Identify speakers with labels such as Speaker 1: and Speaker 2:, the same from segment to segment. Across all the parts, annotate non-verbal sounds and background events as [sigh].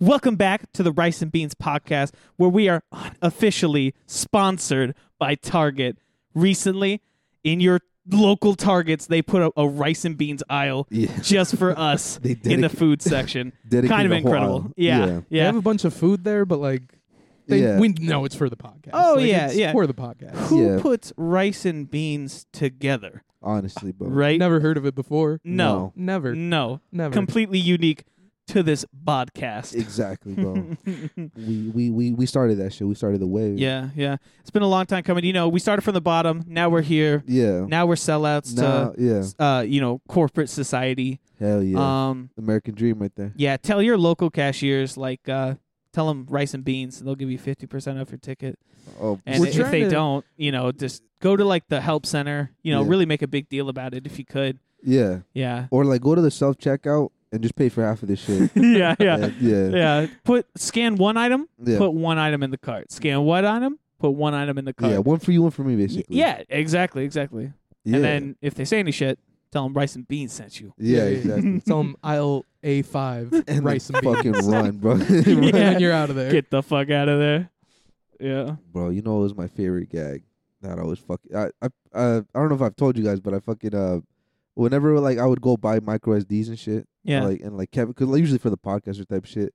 Speaker 1: Welcome back to the Rice and Beans podcast, where we are unofficially sponsored by Target. Recently, in your local Targets, they put a, a rice and beans aisle
Speaker 2: Yeah. [laughs]
Speaker 1: just for us
Speaker 2: They
Speaker 1: in the
Speaker 2: dedica-
Speaker 1: food
Speaker 2: [laughs]
Speaker 1: section.
Speaker 2: dedicated
Speaker 1: kind of
Speaker 2: a whole
Speaker 1: incredible.
Speaker 2: aisle.
Speaker 1: Yeah, yeah.
Speaker 2: Yeah.
Speaker 3: They have a bunch of food there, but like, they,
Speaker 2: Yeah.
Speaker 3: we know it's for the podcast.
Speaker 1: Oh,
Speaker 3: Like,
Speaker 1: yeah,
Speaker 3: it's
Speaker 1: yeah.
Speaker 3: for the podcast.
Speaker 1: Who
Speaker 2: Yeah.
Speaker 1: puts rice and beans together?
Speaker 2: Honestly, bro.
Speaker 1: Right?
Speaker 3: Never heard of it before.
Speaker 1: No.
Speaker 3: Never,
Speaker 1: No.
Speaker 3: never.
Speaker 1: Completely unique to this podcast. [laughs]
Speaker 2: Exactly, bro. we, we we we started that shit. We started the wave.
Speaker 1: yeah, yeah. It's been a long time coming. You know, we started from the bottom. Now we're here.
Speaker 2: Yeah.
Speaker 1: Now we're sellouts
Speaker 2: Now- yeah.
Speaker 1: to, uh, you know, corporate society.
Speaker 2: Hell yeah.
Speaker 1: Um,
Speaker 2: American dream right there.
Speaker 1: yeah. Tell your local cashiers, like, uh, tell them rice and beans, and they'll give you fifty percent off your ticket.
Speaker 2: Oh,
Speaker 1: And
Speaker 3: We're
Speaker 1: if
Speaker 3: trying
Speaker 1: they
Speaker 3: to-
Speaker 1: don't, you know, just go to like the help center. You know,
Speaker 2: Yeah.
Speaker 1: really make a big deal about it if you could.
Speaker 2: yeah. [laughs]
Speaker 1: Yeah. [laughs]
Speaker 2: Or like go to the self checkout and just pay for half of this shit.
Speaker 1: yeah, [laughs] yeah,
Speaker 2: Like, yeah.
Speaker 1: yeah. Put scan one item.
Speaker 2: Yeah.
Speaker 1: Put one item in the cart. Scan one item. Put one item in the cart.
Speaker 2: Yeah, one for you, one for me,
Speaker 1: Y-
Speaker 2: basically.
Speaker 1: yeah, exactly, exactly.
Speaker 2: yeah,
Speaker 1: And then if they say any shit, tell them rice and beans sent you. [laughs]
Speaker 2: yeah, exactly.
Speaker 3: Tell them aisle A five
Speaker 2: [laughs] And
Speaker 3: rice and
Speaker 2: then
Speaker 3: beans,
Speaker 2: fucking [laughs] run, bro.
Speaker 1: [laughs] Yeah.
Speaker 3: [laughs] and you're out of there.
Speaker 1: Get the fuck out of there. Yeah.
Speaker 2: bro, you know it was my favorite gag that I was fucking. I I uh, I don't know if I've told you guys, but I fucking uh, whenever like I would go buy micro SDs and shit,
Speaker 1: Yeah.
Speaker 2: like and like Kevin, cause like, usually for the podcaster type shit.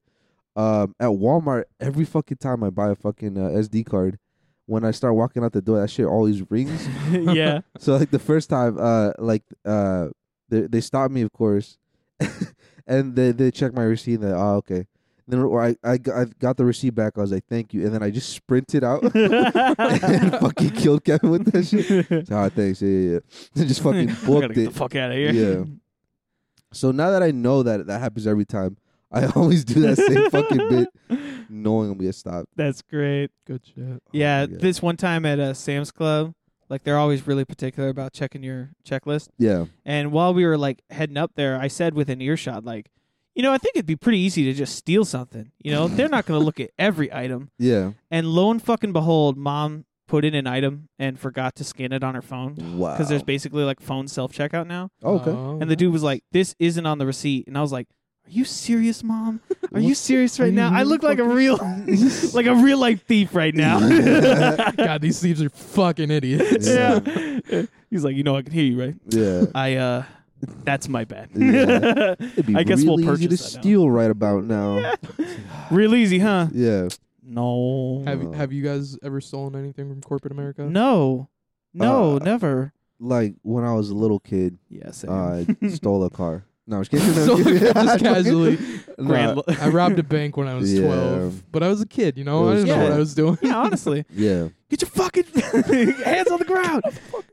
Speaker 2: Um, at Walmart, every fucking time I buy a fucking uh, SD card, when I start walking out the door, that shit always rings.
Speaker 1: [laughs] yeah.
Speaker 2: So like the first time, uh, like uh, they they stopped me, of course, [laughs] and they they checked my receipt. And they're, oh, okay. Then or I, I g- I got the receipt back. I was like, thank you. And then I just sprinted out
Speaker 1: [laughs]
Speaker 2: [laughs] and fucking killed Kevin with that shit. So, "Ah, thanks. Yeah, yeah, [laughs] yeah. And just
Speaker 1: [laughs]
Speaker 2: fucking
Speaker 1: I gotta
Speaker 2: booked
Speaker 1: get
Speaker 2: it.
Speaker 1: the fuck out of here.
Speaker 2: Yeah. So now that I know that that happens every time, I [laughs] always do that same fucking bit, knowing I'm gonna get stopped.
Speaker 1: [laughs] That's great.
Speaker 3: Good shit.
Speaker 2: Oh,
Speaker 1: Yeah.
Speaker 2: my God.
Speaker 1: This one time at uh, Sam's Club, like they're always really particular about checking your checklist.
Speaker 2: yeah,
Speaker 1: And while we were like heading up there, I said within earshot, like, you know, I think it'd be pretty easy to just steal something. You know, they're not gonna look at every item.
Speaker 2: yeah.
Speaker 1: And lo and fucking behold, mom put in an item and forgot to scan it on her phone
Speaker 2: Wow.
Speaker 1: because there's basically like phone self checkout now.
Speaker 2: okay.
Speaker 3: Oh,
Speaker 1: And the dude was like, "This isn't on the receipt," and I was like, "Are you serious, [laughs] mom? Are you serious right now? I look like a real,
Speaker 2: [laughs]
Speaker 1: like a real like thief right now."
Speaker 3: God, these thieves are fucking idiots.
Speaker 1: yeah. He's like, "You know, I can hear you, right?
Speaker 2: yeah.
Speaker 1: I uh, that's my bad. [laughs]
Speaker 2: Yeah. It'd be
Speaker 1: I guess
Speaker 2: really
Speaker 1: we'll
Speaker 2: easy to
Speaker 1: purchase that now.
Speaker 2: steal right about now.
Speaker 1: Real easy, huh?
Speaker 2: [laughs] yeah.
Speaker 1: No,
Speaker 3: Have you-
Speaker 2: Uh,
Speaker 3: Have you guys ever stolen anything from corporate America? [laughs]
Speaker 1: no, no,
Speaker 2: Uh,
Speaker 1: never."
Speaker 2: like when I was a little kid,
Speaker 1: Yes,
Speaker 2: I [laughs]
Speaker 1: [laughs]
Speaker 2: stole a car. No, I'm just kidding.
Speaker 3: So,
Speaker 2: [laughs]
Speaker 3: [laughs] just casually,
Speaker 2: Nah, [laughs]
Speaker 3: I robbed a bank when I was
Speaker 2: Yeah.
Speaker 3: twelve, but I was a kid. You
Speaker 2: It
Speaker 3: know, I
Speaker 2: was
Speaker 3: didn't know
Speaker 1: fun.
Speaker 3: what I was doing.
Speaker 1: [laughs] yeah, honestly,
Speaker 2: yeah.
Speaker 1: get your fucking [laughs] hands on the ground.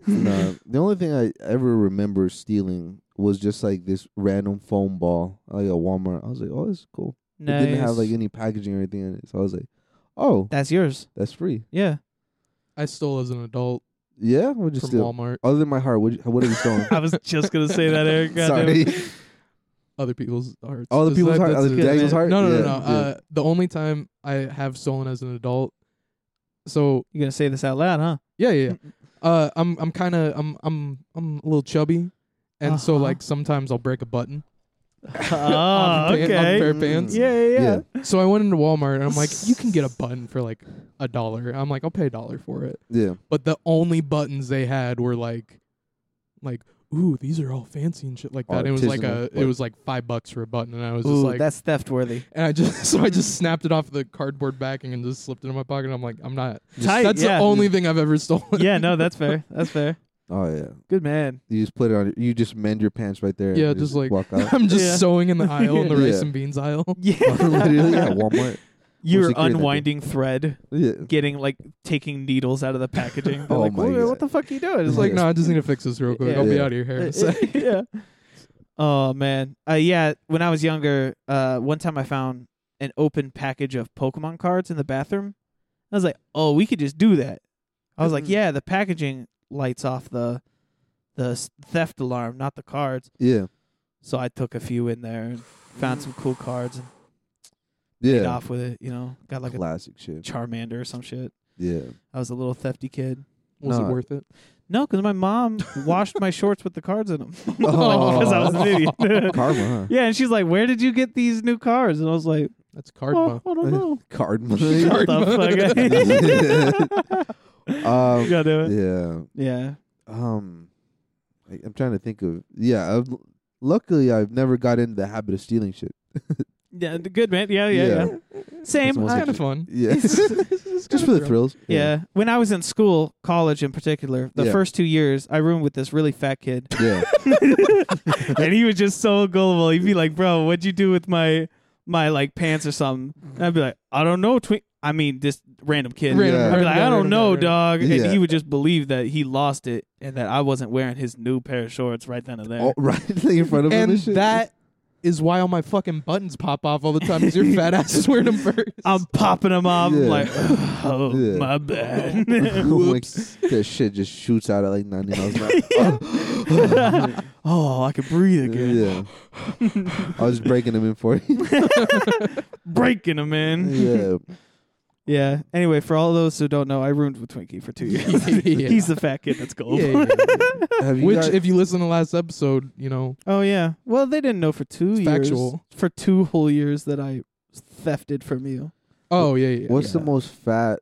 Speaker 2: Nah, the only thing I ever remember stealing was just like this random foam ball, like at Walmart. I was like, oh, this is cool. It didn't have
Speaker 1: Nice.
Speaker 2: like any packaging or anything in it, so I was like, oh,
Speaker 1: that's yours.
Speaker 2: that's free.
Speaker 1: Yeah,
Speaker 3: I stole as an adult
Speaker 2: Yeah, what would you
Speaker 3: from
Speaker 2: steal?
Speaker 3: Walmart.
Speaker 2: Other than my heart, what what have you
Speaker 3: [laughs]
Speaker 2: stolen?
Speaker 1: [laughs] I was just gonna say that, Eric. God damn it.
Speaker 2: Sorry. [laughs]
Speaker 3: Other people's hearts.
Speaker 2: Other
Speaker 3: Is
Speaker 2: people's heart-
Speaker 3: that's
Speaker 2: other
Speaker 3: it?
Speaker 2: Daniel's heart?
Speaker 3: No, no,
Speaker 2: Yeah,
Speaker 3: no. no.
Speaker 2: yeah.
Speaker 3: Uh, the only time I have stolen as an adult. So
Speaker 1: You're gonna say this out loud, huh?
Speaker 3: yeah, yeah. yeah. Uh, I'm I'm kind of I'm I'm I'm a little chubby, and so
Speaker 1: Uh-huh.
Speaker 3: like sometimes I'll break a button.
Speaker 1: [laughs] Oh,
Speaker 3: on, a pa- on a pair of
Speaker 2: Mm.
Speaker 3: pants.
Speaker 1: Yeah, yeah, yeah.
Speaker 3: So I went into Walmart and I'm like, you
Speaker 1: [laughs]
Speaker 3: can get a button for like a dollar. I'm like, I'll pay a dollar for it.
Speaker 2: yeah.
Speaker 3: But the only buttons they had were like, like, ooh, these are all fancy and shit like that. it was like a,
Speaker 2: Artisanal
Speaker 3: it was like five bucks for a button, and I was just
Speaker 1: Ooh,
Speaker 3: like,
Speaker 1: that's theft worthy.
Speaker 3: and I just [laughs] so I just snapped it off the cardboard backing and just slipped it in my pocket. I'm like, I'm not.
Speaker 1: Tight.
Speaker 3: that's
Speaker 1: yeah.
Speaker 3: the only thing I've ever [laughs] stolen.
Speaker 1: [laughs] yeah, no, that's fair. That's fair.
Speaker 2: Oh yeah.
Speaker 1: Good [laughs] man.
Speaker 2: You just put it on. You just mend your pants right there. and
Speaker 3: Yeah, just like
Speaker 2: walk
Speaker 3: [laughs]
Speaker 2: out. [laughs]
Speaker 3: I'm just
Speaker 1: Yeah.
Speaker 3: sewing in the aisle in the rice
Speaker 2: Yeah.
Speaker 3: and beans aisle.
Speaker 2: [laughs] Literally
Speaker 1: [laughs]
Speaker 2: at Walmart.
Speaker 1: Your
Speaker 2: security did.
Speaker 1: unwinding thread,
Speaker 2: Yeah.
Speaker 1: getting like taking needles out of the packaging. They're
Speaker 2: [laughs] Oh
Speaker 1: like,
Speaker 2: my
Speaker 1: what,
Speaker 2: God.
Speaker 1: what the fuck are you doing?
Speaker 3: It's
Speaker 1: It's
Speaker 3: like,
Speaker 2: Yeah.
Speaker 3: no, I just need to fix this real quick.
Speaker 1: Yeah.
Speaker 3: I'll be
Speaker 2: Yeah.
Speaker 3: out of your [laughs] hair in
Speaker 1: [laughs]
Speaker 3: a sec.
Speaker 1: like, yeah. Oh man. Uh, yeah. When I was younger, uh, one time I found an open package of Pokemon cards in the bathroom. I was like, oh, we could just do that. I was like,
Speaker 3: Mhm.
Speaker 1: yeah, the packaging lights off the the s- theft alarm, not the cards.
Speaker 2: Yeah.
Speaker 1: So I took a few in there and found some cool cards and
Speaker 2: Yeah.
Speaker 1: made off with it. You know, got like a
Speaker 2: Classic shit.
Speaker 1: Charmander or some shit.
Speaker 3: [laughs]
Speaker 2: Yeah.
Speaker 1: I was a little thefty kid.
Speaker 3: Was
Speaker 2: Nah.
Speaker 3: it worth it?
Speaker 1: No, because my mom washed my shorts with the cards in them [laughs]
Speaker 2: Oh.
Speaker 1: because I was an idiot. [laughs]
Speaker 2: Karma. Huh?
Speaker 1: yeah, and she's like, "Where did you get these new cards?" And I was like,
Speaker 3: That's karma.
Speaker 1: Oh, I don't
Speaker 2: [laughs]
Speaker 1: know.
Speaker 2: Card money.
Speaker 3: [laughs]
Speaker 1: Shut the fuck up. [laughs]
Speaker 2: um,
Speaker 1: You gotta do it.
Speaker 2: yeah.
Speaker 1: Yeah.
Speaker 2: Um, I, I'm trying to think of. Yeah. I've, luckily, I've never got into the habit of stealing shit.
Speaker 1: Yeah. d- Good man. Yeah. Yeah.
Speaker 2: Yeah.
Speaker 1: Yeah. Same.
Speaker 2: That's one
Speaker 1: I-
Speaker 3: It's kind of fun.
Speaker 2: [laughs] Yeah. Just for the thrills.
Speaker 1: yeah. When I was in school, college in particular, the
Speaker 2: Yeah.
Speaker 1: first two years, I roomed with this really fat kid,
Speaker 2: [laughs] Yeah.
Speaker 1: and he was just so gullible. He'd be like, "Bro, what'd you do with my my like pants or something?" And I'd be like, "I don't know." Twe- I mean, this random kid.
Speaker 2: Random,
Speaker 1: I'd be like,
Speaker 3: random,
Speaker 1: "I don't
Speaker 3: random,
Speaker 1: know,
Speaker 3: random.
Speaker 1: dog,"
Speaker 2: Yeah.
Speaker 1: and he would just believe that he lost it and that I wasn't wearing his new pair of shorts right then and there.
Speaker 2: All, right [laughs] like, in front of him.
Speaker 3: And
Speaker 2: shit.
Speaker 3: that is why all my fucking buttons pop off all the time because your fat ass is wearing them first.
Speaker 1: I'm popping them off.
Speaker 2: Yeah.
Speaker 1: Like, [sighs] oh,
Speaker 2: Yeah.
Speaker 1: my bad. [laughs]
Speaker 2: [laughs] Oh my- that shit just shoots out at like 90 miles an hour.
Speaker 1: oh, I can breathe again.
Speaker 2: [laughs] yeah. I was breaking them in for you.
Speaker 1: Breaking them in.
Speaker 2: yeah.
Speaker 1: Yeah. Anyway, for all those who don't know, I roomed with Twinkie for two [laughs] years.
Speaker 3: Yeah.
Speaker 1: He's the fat kid that's gold.
Speaker 3: Yeah, yeah, yeah.
Speaker 2: Have you
Speaker 3: Which,
Speaker 2: guys-
Speaker 3: if you listen to last episode, you know,
Speaker 1: [laughs] Oh yeah. Well, they didn't know for two
Speaker 3: It's
Speaker 1: years.
Speaker 3: factual.
Speaker 1: For two whole years that I thefted from you.
Speaker 3: oh yeah, yeah.
Speaker 2: what's
Speaker 1: yeah.
Speaker 2: the most fat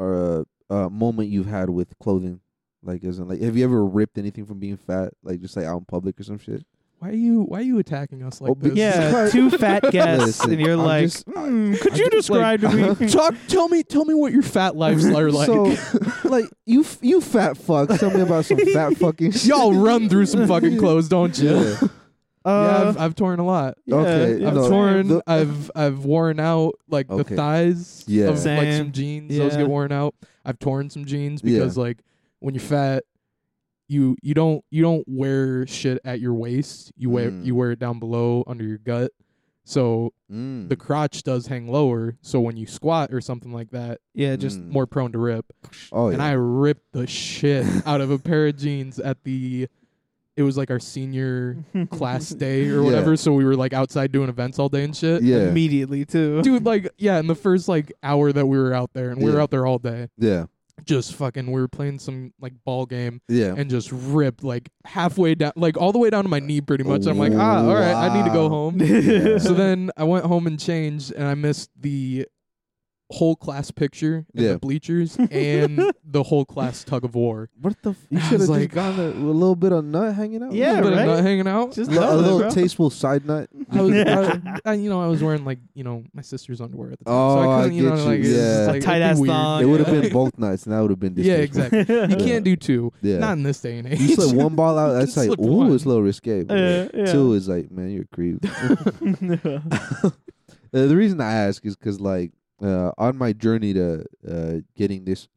Speaker 2: or uh, uh, moment you've had with clothing? Like, isn't like, have you ever ripped anything from being fat? Like, just like out in public or some shit?
Speaker 3: Why are you why are you attacking us like
Speaker 2: Oh,
Speaker 3: this? [laughs]
Speaker 1: Yeah.
Speaker 2: Right.
Speaker 1: two
Speaker 2: [laughs]
Speaker 1: fat guests,
Speaker 2: Listen,
Speaker 1: and you're
Speaker 2: I'm
Speaker 1: like,
Speaker 2: just- I-
Speaker 1: "Mm, could
Speaker 3: I
Speaker 1: you
Speaker 3: just,
Speaker 1: describe
Speaker 3: like-
Speaker 2: [laughs]
Speaker 1: to me?
Speaker 3: Talk, tell me, tell me what your fat lives are like.
Speaker 2: Mm. So, like you, f- you fat fuck. Tell me about some
Speaker 3: [laughs]
Speaker 2: fat fucking. Shit. [laughs]
Speaker 3: [laughs] Y'all run through some fucking clothes, don't you?
Speaker 2: Yeah.
Speaker 3: [laughs] Yeah,
Speaker 1: Uh,
Speaker 3: I've, I've torn a lot.
Speaker 1: yeah,
Speaker 2: okay,
Speaker 1: yeah.
Speaker 3: I've
Speaker 2: No,
Speaker 3: torn.
Speaker 2: the-
Speaker 3: I've I've worn out like
Speaker 2: Okay.
Speaker 3: the thighs
Speaker 2: Yeah.
Speaker 3: of like
Speaker 1: Same.
Speaker 3: some jeans. Those
Speaker 1: Yeah.
Speaker 3: get worn out. I've torn some jeans
Speaker 2: Yeah.
Speaker 3: because like when you're fat, you you don't you don't wear shit at your waist. You wear
Speaker 2: Mm.
Speaker 3: you wear it down below under your gut. So
Speaker 2: Mm.
Speaker 3: the crotch does hang lower. So when you squat or something like that,
Speaker 1: yeah, just
Speaker 2: Mm.
Speaker 3: more prone to rip.
Speaker 2: Oh yeah.
Speaker 3: and I ripped the shit [laughs] out of a pair of jeans at the it was like our
Speaker 1: [laughs]
Speaker 3: senior class day or
Speaker 2: Yeah.
Speaker 3: whatever, so we were like outside doing events all day and
Speaker 2: [laughs]
Speaker 3: shit.
Speaker 2: yeah.
Speaker 1: immediately too.
Speaker 3: Dude, like yeah, in the first like hour that we were out there and we were
Speaker 2: Yeah.
Speaker 3: out there all day,
Speaker 2: Yeah.
Speaker 3: just fucking we were playing some like ball game
Speaker 2: Yeah.
Speaker 3: and just ripped like halfway down like all the way down to my knee pretty much. I'm like, ah, all right, I need to go
Speaker 2: Wow. [laughs]
Speaker 3: home.
Speaker 2: Yeah.
Speaker 1: [laughs]
Speaker 3: so then I went home and changed and I missed the whole class picture in
Speaker 2: Yeah.
Speaker 3: the
Speaker 2: [laughs]
Speaker 3: bleachers and the whole class tug of war.
Speaker 2: What the? F- you
Speaker 3: I
Speaker 2: should
Speaker 3: was
Speaker 2: have
Speaker 3: like-
Speaker 2: just gone there with a little bit of nut hanging out.
Speaker 1: Yeah,
Speaker 3: little bit of
Speaker 1: right?
Speaker 3: nut
Speaker 2: [laughs]
Speaker 3: hanging out.
Speaker 1: just
Speaker 2: L- a
Speaker 1: tell them,
Speaker 2: little
Speaker 1: bro.
Speaker 2: tasteful side nut.
Speaker 3: [laughs]
Speaker 2: [laughs]
Speaker 3: I was, I, I, you know, I was wearing like, you know, my sister's underwear at the time, so
Speaker 2: Oh,
Speaker 3: I
Speaker 2: I
Speaker 3: couldn't, you know,
Speaker 2: get you.
Speaker 3: like, it's just,
Speaker 2: Yeah.
Speaker 3: like
Speaker 1: Tight
Speaker 3: it'd be
Speaker 1: ass
Speaker 3: weird.
Speaker 1: thong.
Speaker 2: it would have
Speaker 3: yeah.
Speaker 2: been both nuts, and that would have been
Speaker 3: [laughs] Yeah,
Speaker 2: distasteful. [laughs]
Speaker 3: exactly. You
Speaker 2: Yeah.
Speaker 3: can't do two,
Speaker 2: Yeah.
Speaker 3: not in this day and
Speaker 1: [laughs]
Speaker 3: age.
Speaker 2: You slip one ball out, that's
Speaker 3: can
Speaker 2: like,
Speaker 3: slip
Speaker 2: ooh,
Speaker 3: one.
Speaker 2: it's a little risque. but
Speaker 1: Yeah, yeah.
Speaker 2: Two is like, man, you're
Speaker 1: [laughs]
Speaker 2: a creep. [laughs] Uh, the reason I ask is because, like, uh, on my journey to uh, getting this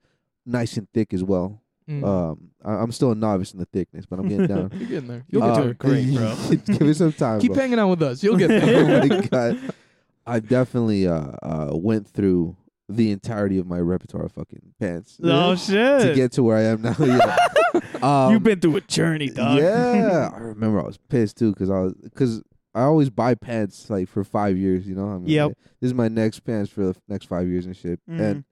Speaker 2: nice and thick as well,
Speaker 3: [laughs]
Speaker 1: Mm-hmm.
Speaker 3: Mm.
Speaker 2: um, I- I'm still a novice in the thickness, but I'm
Speaker 1: [laughs]
Speaker 2: getting [laughs] down.
Speaker 3: You're getting there. You'll
Speaker 2: Uh,
Speaker 3: get there.
Speaker 1: Great, bro.
Speaker 2: [laughs] give it some time.
Speaker 3: Keep
Speaker 2: bro.
Speaker 3: hanging out with us.
Speaker 2: [laughs]
Speaker 3: You'll get there.
Speaker 1: [laughs]
Speaker 2: oh my god! I definitely uh, uh, went through the entirety of my repertoire of fucking pants
Speaker 1: oh shit!
Speaker 2: [laughs] to get to where I am now.
Speaker 1: [laughs]
Speaker 2: yeah. Um,
Speaker 1: You've been through a journey, dog.
Speaker 2: Yeah, I remember I was pissed too because I was because I always buy pants like for five years. You know, I mean,
Speaker 1: Yep.
Speaker 2: like, this is my next pants for the next five years and shit.
Speaker 1: Mhm.
Speaker 2: And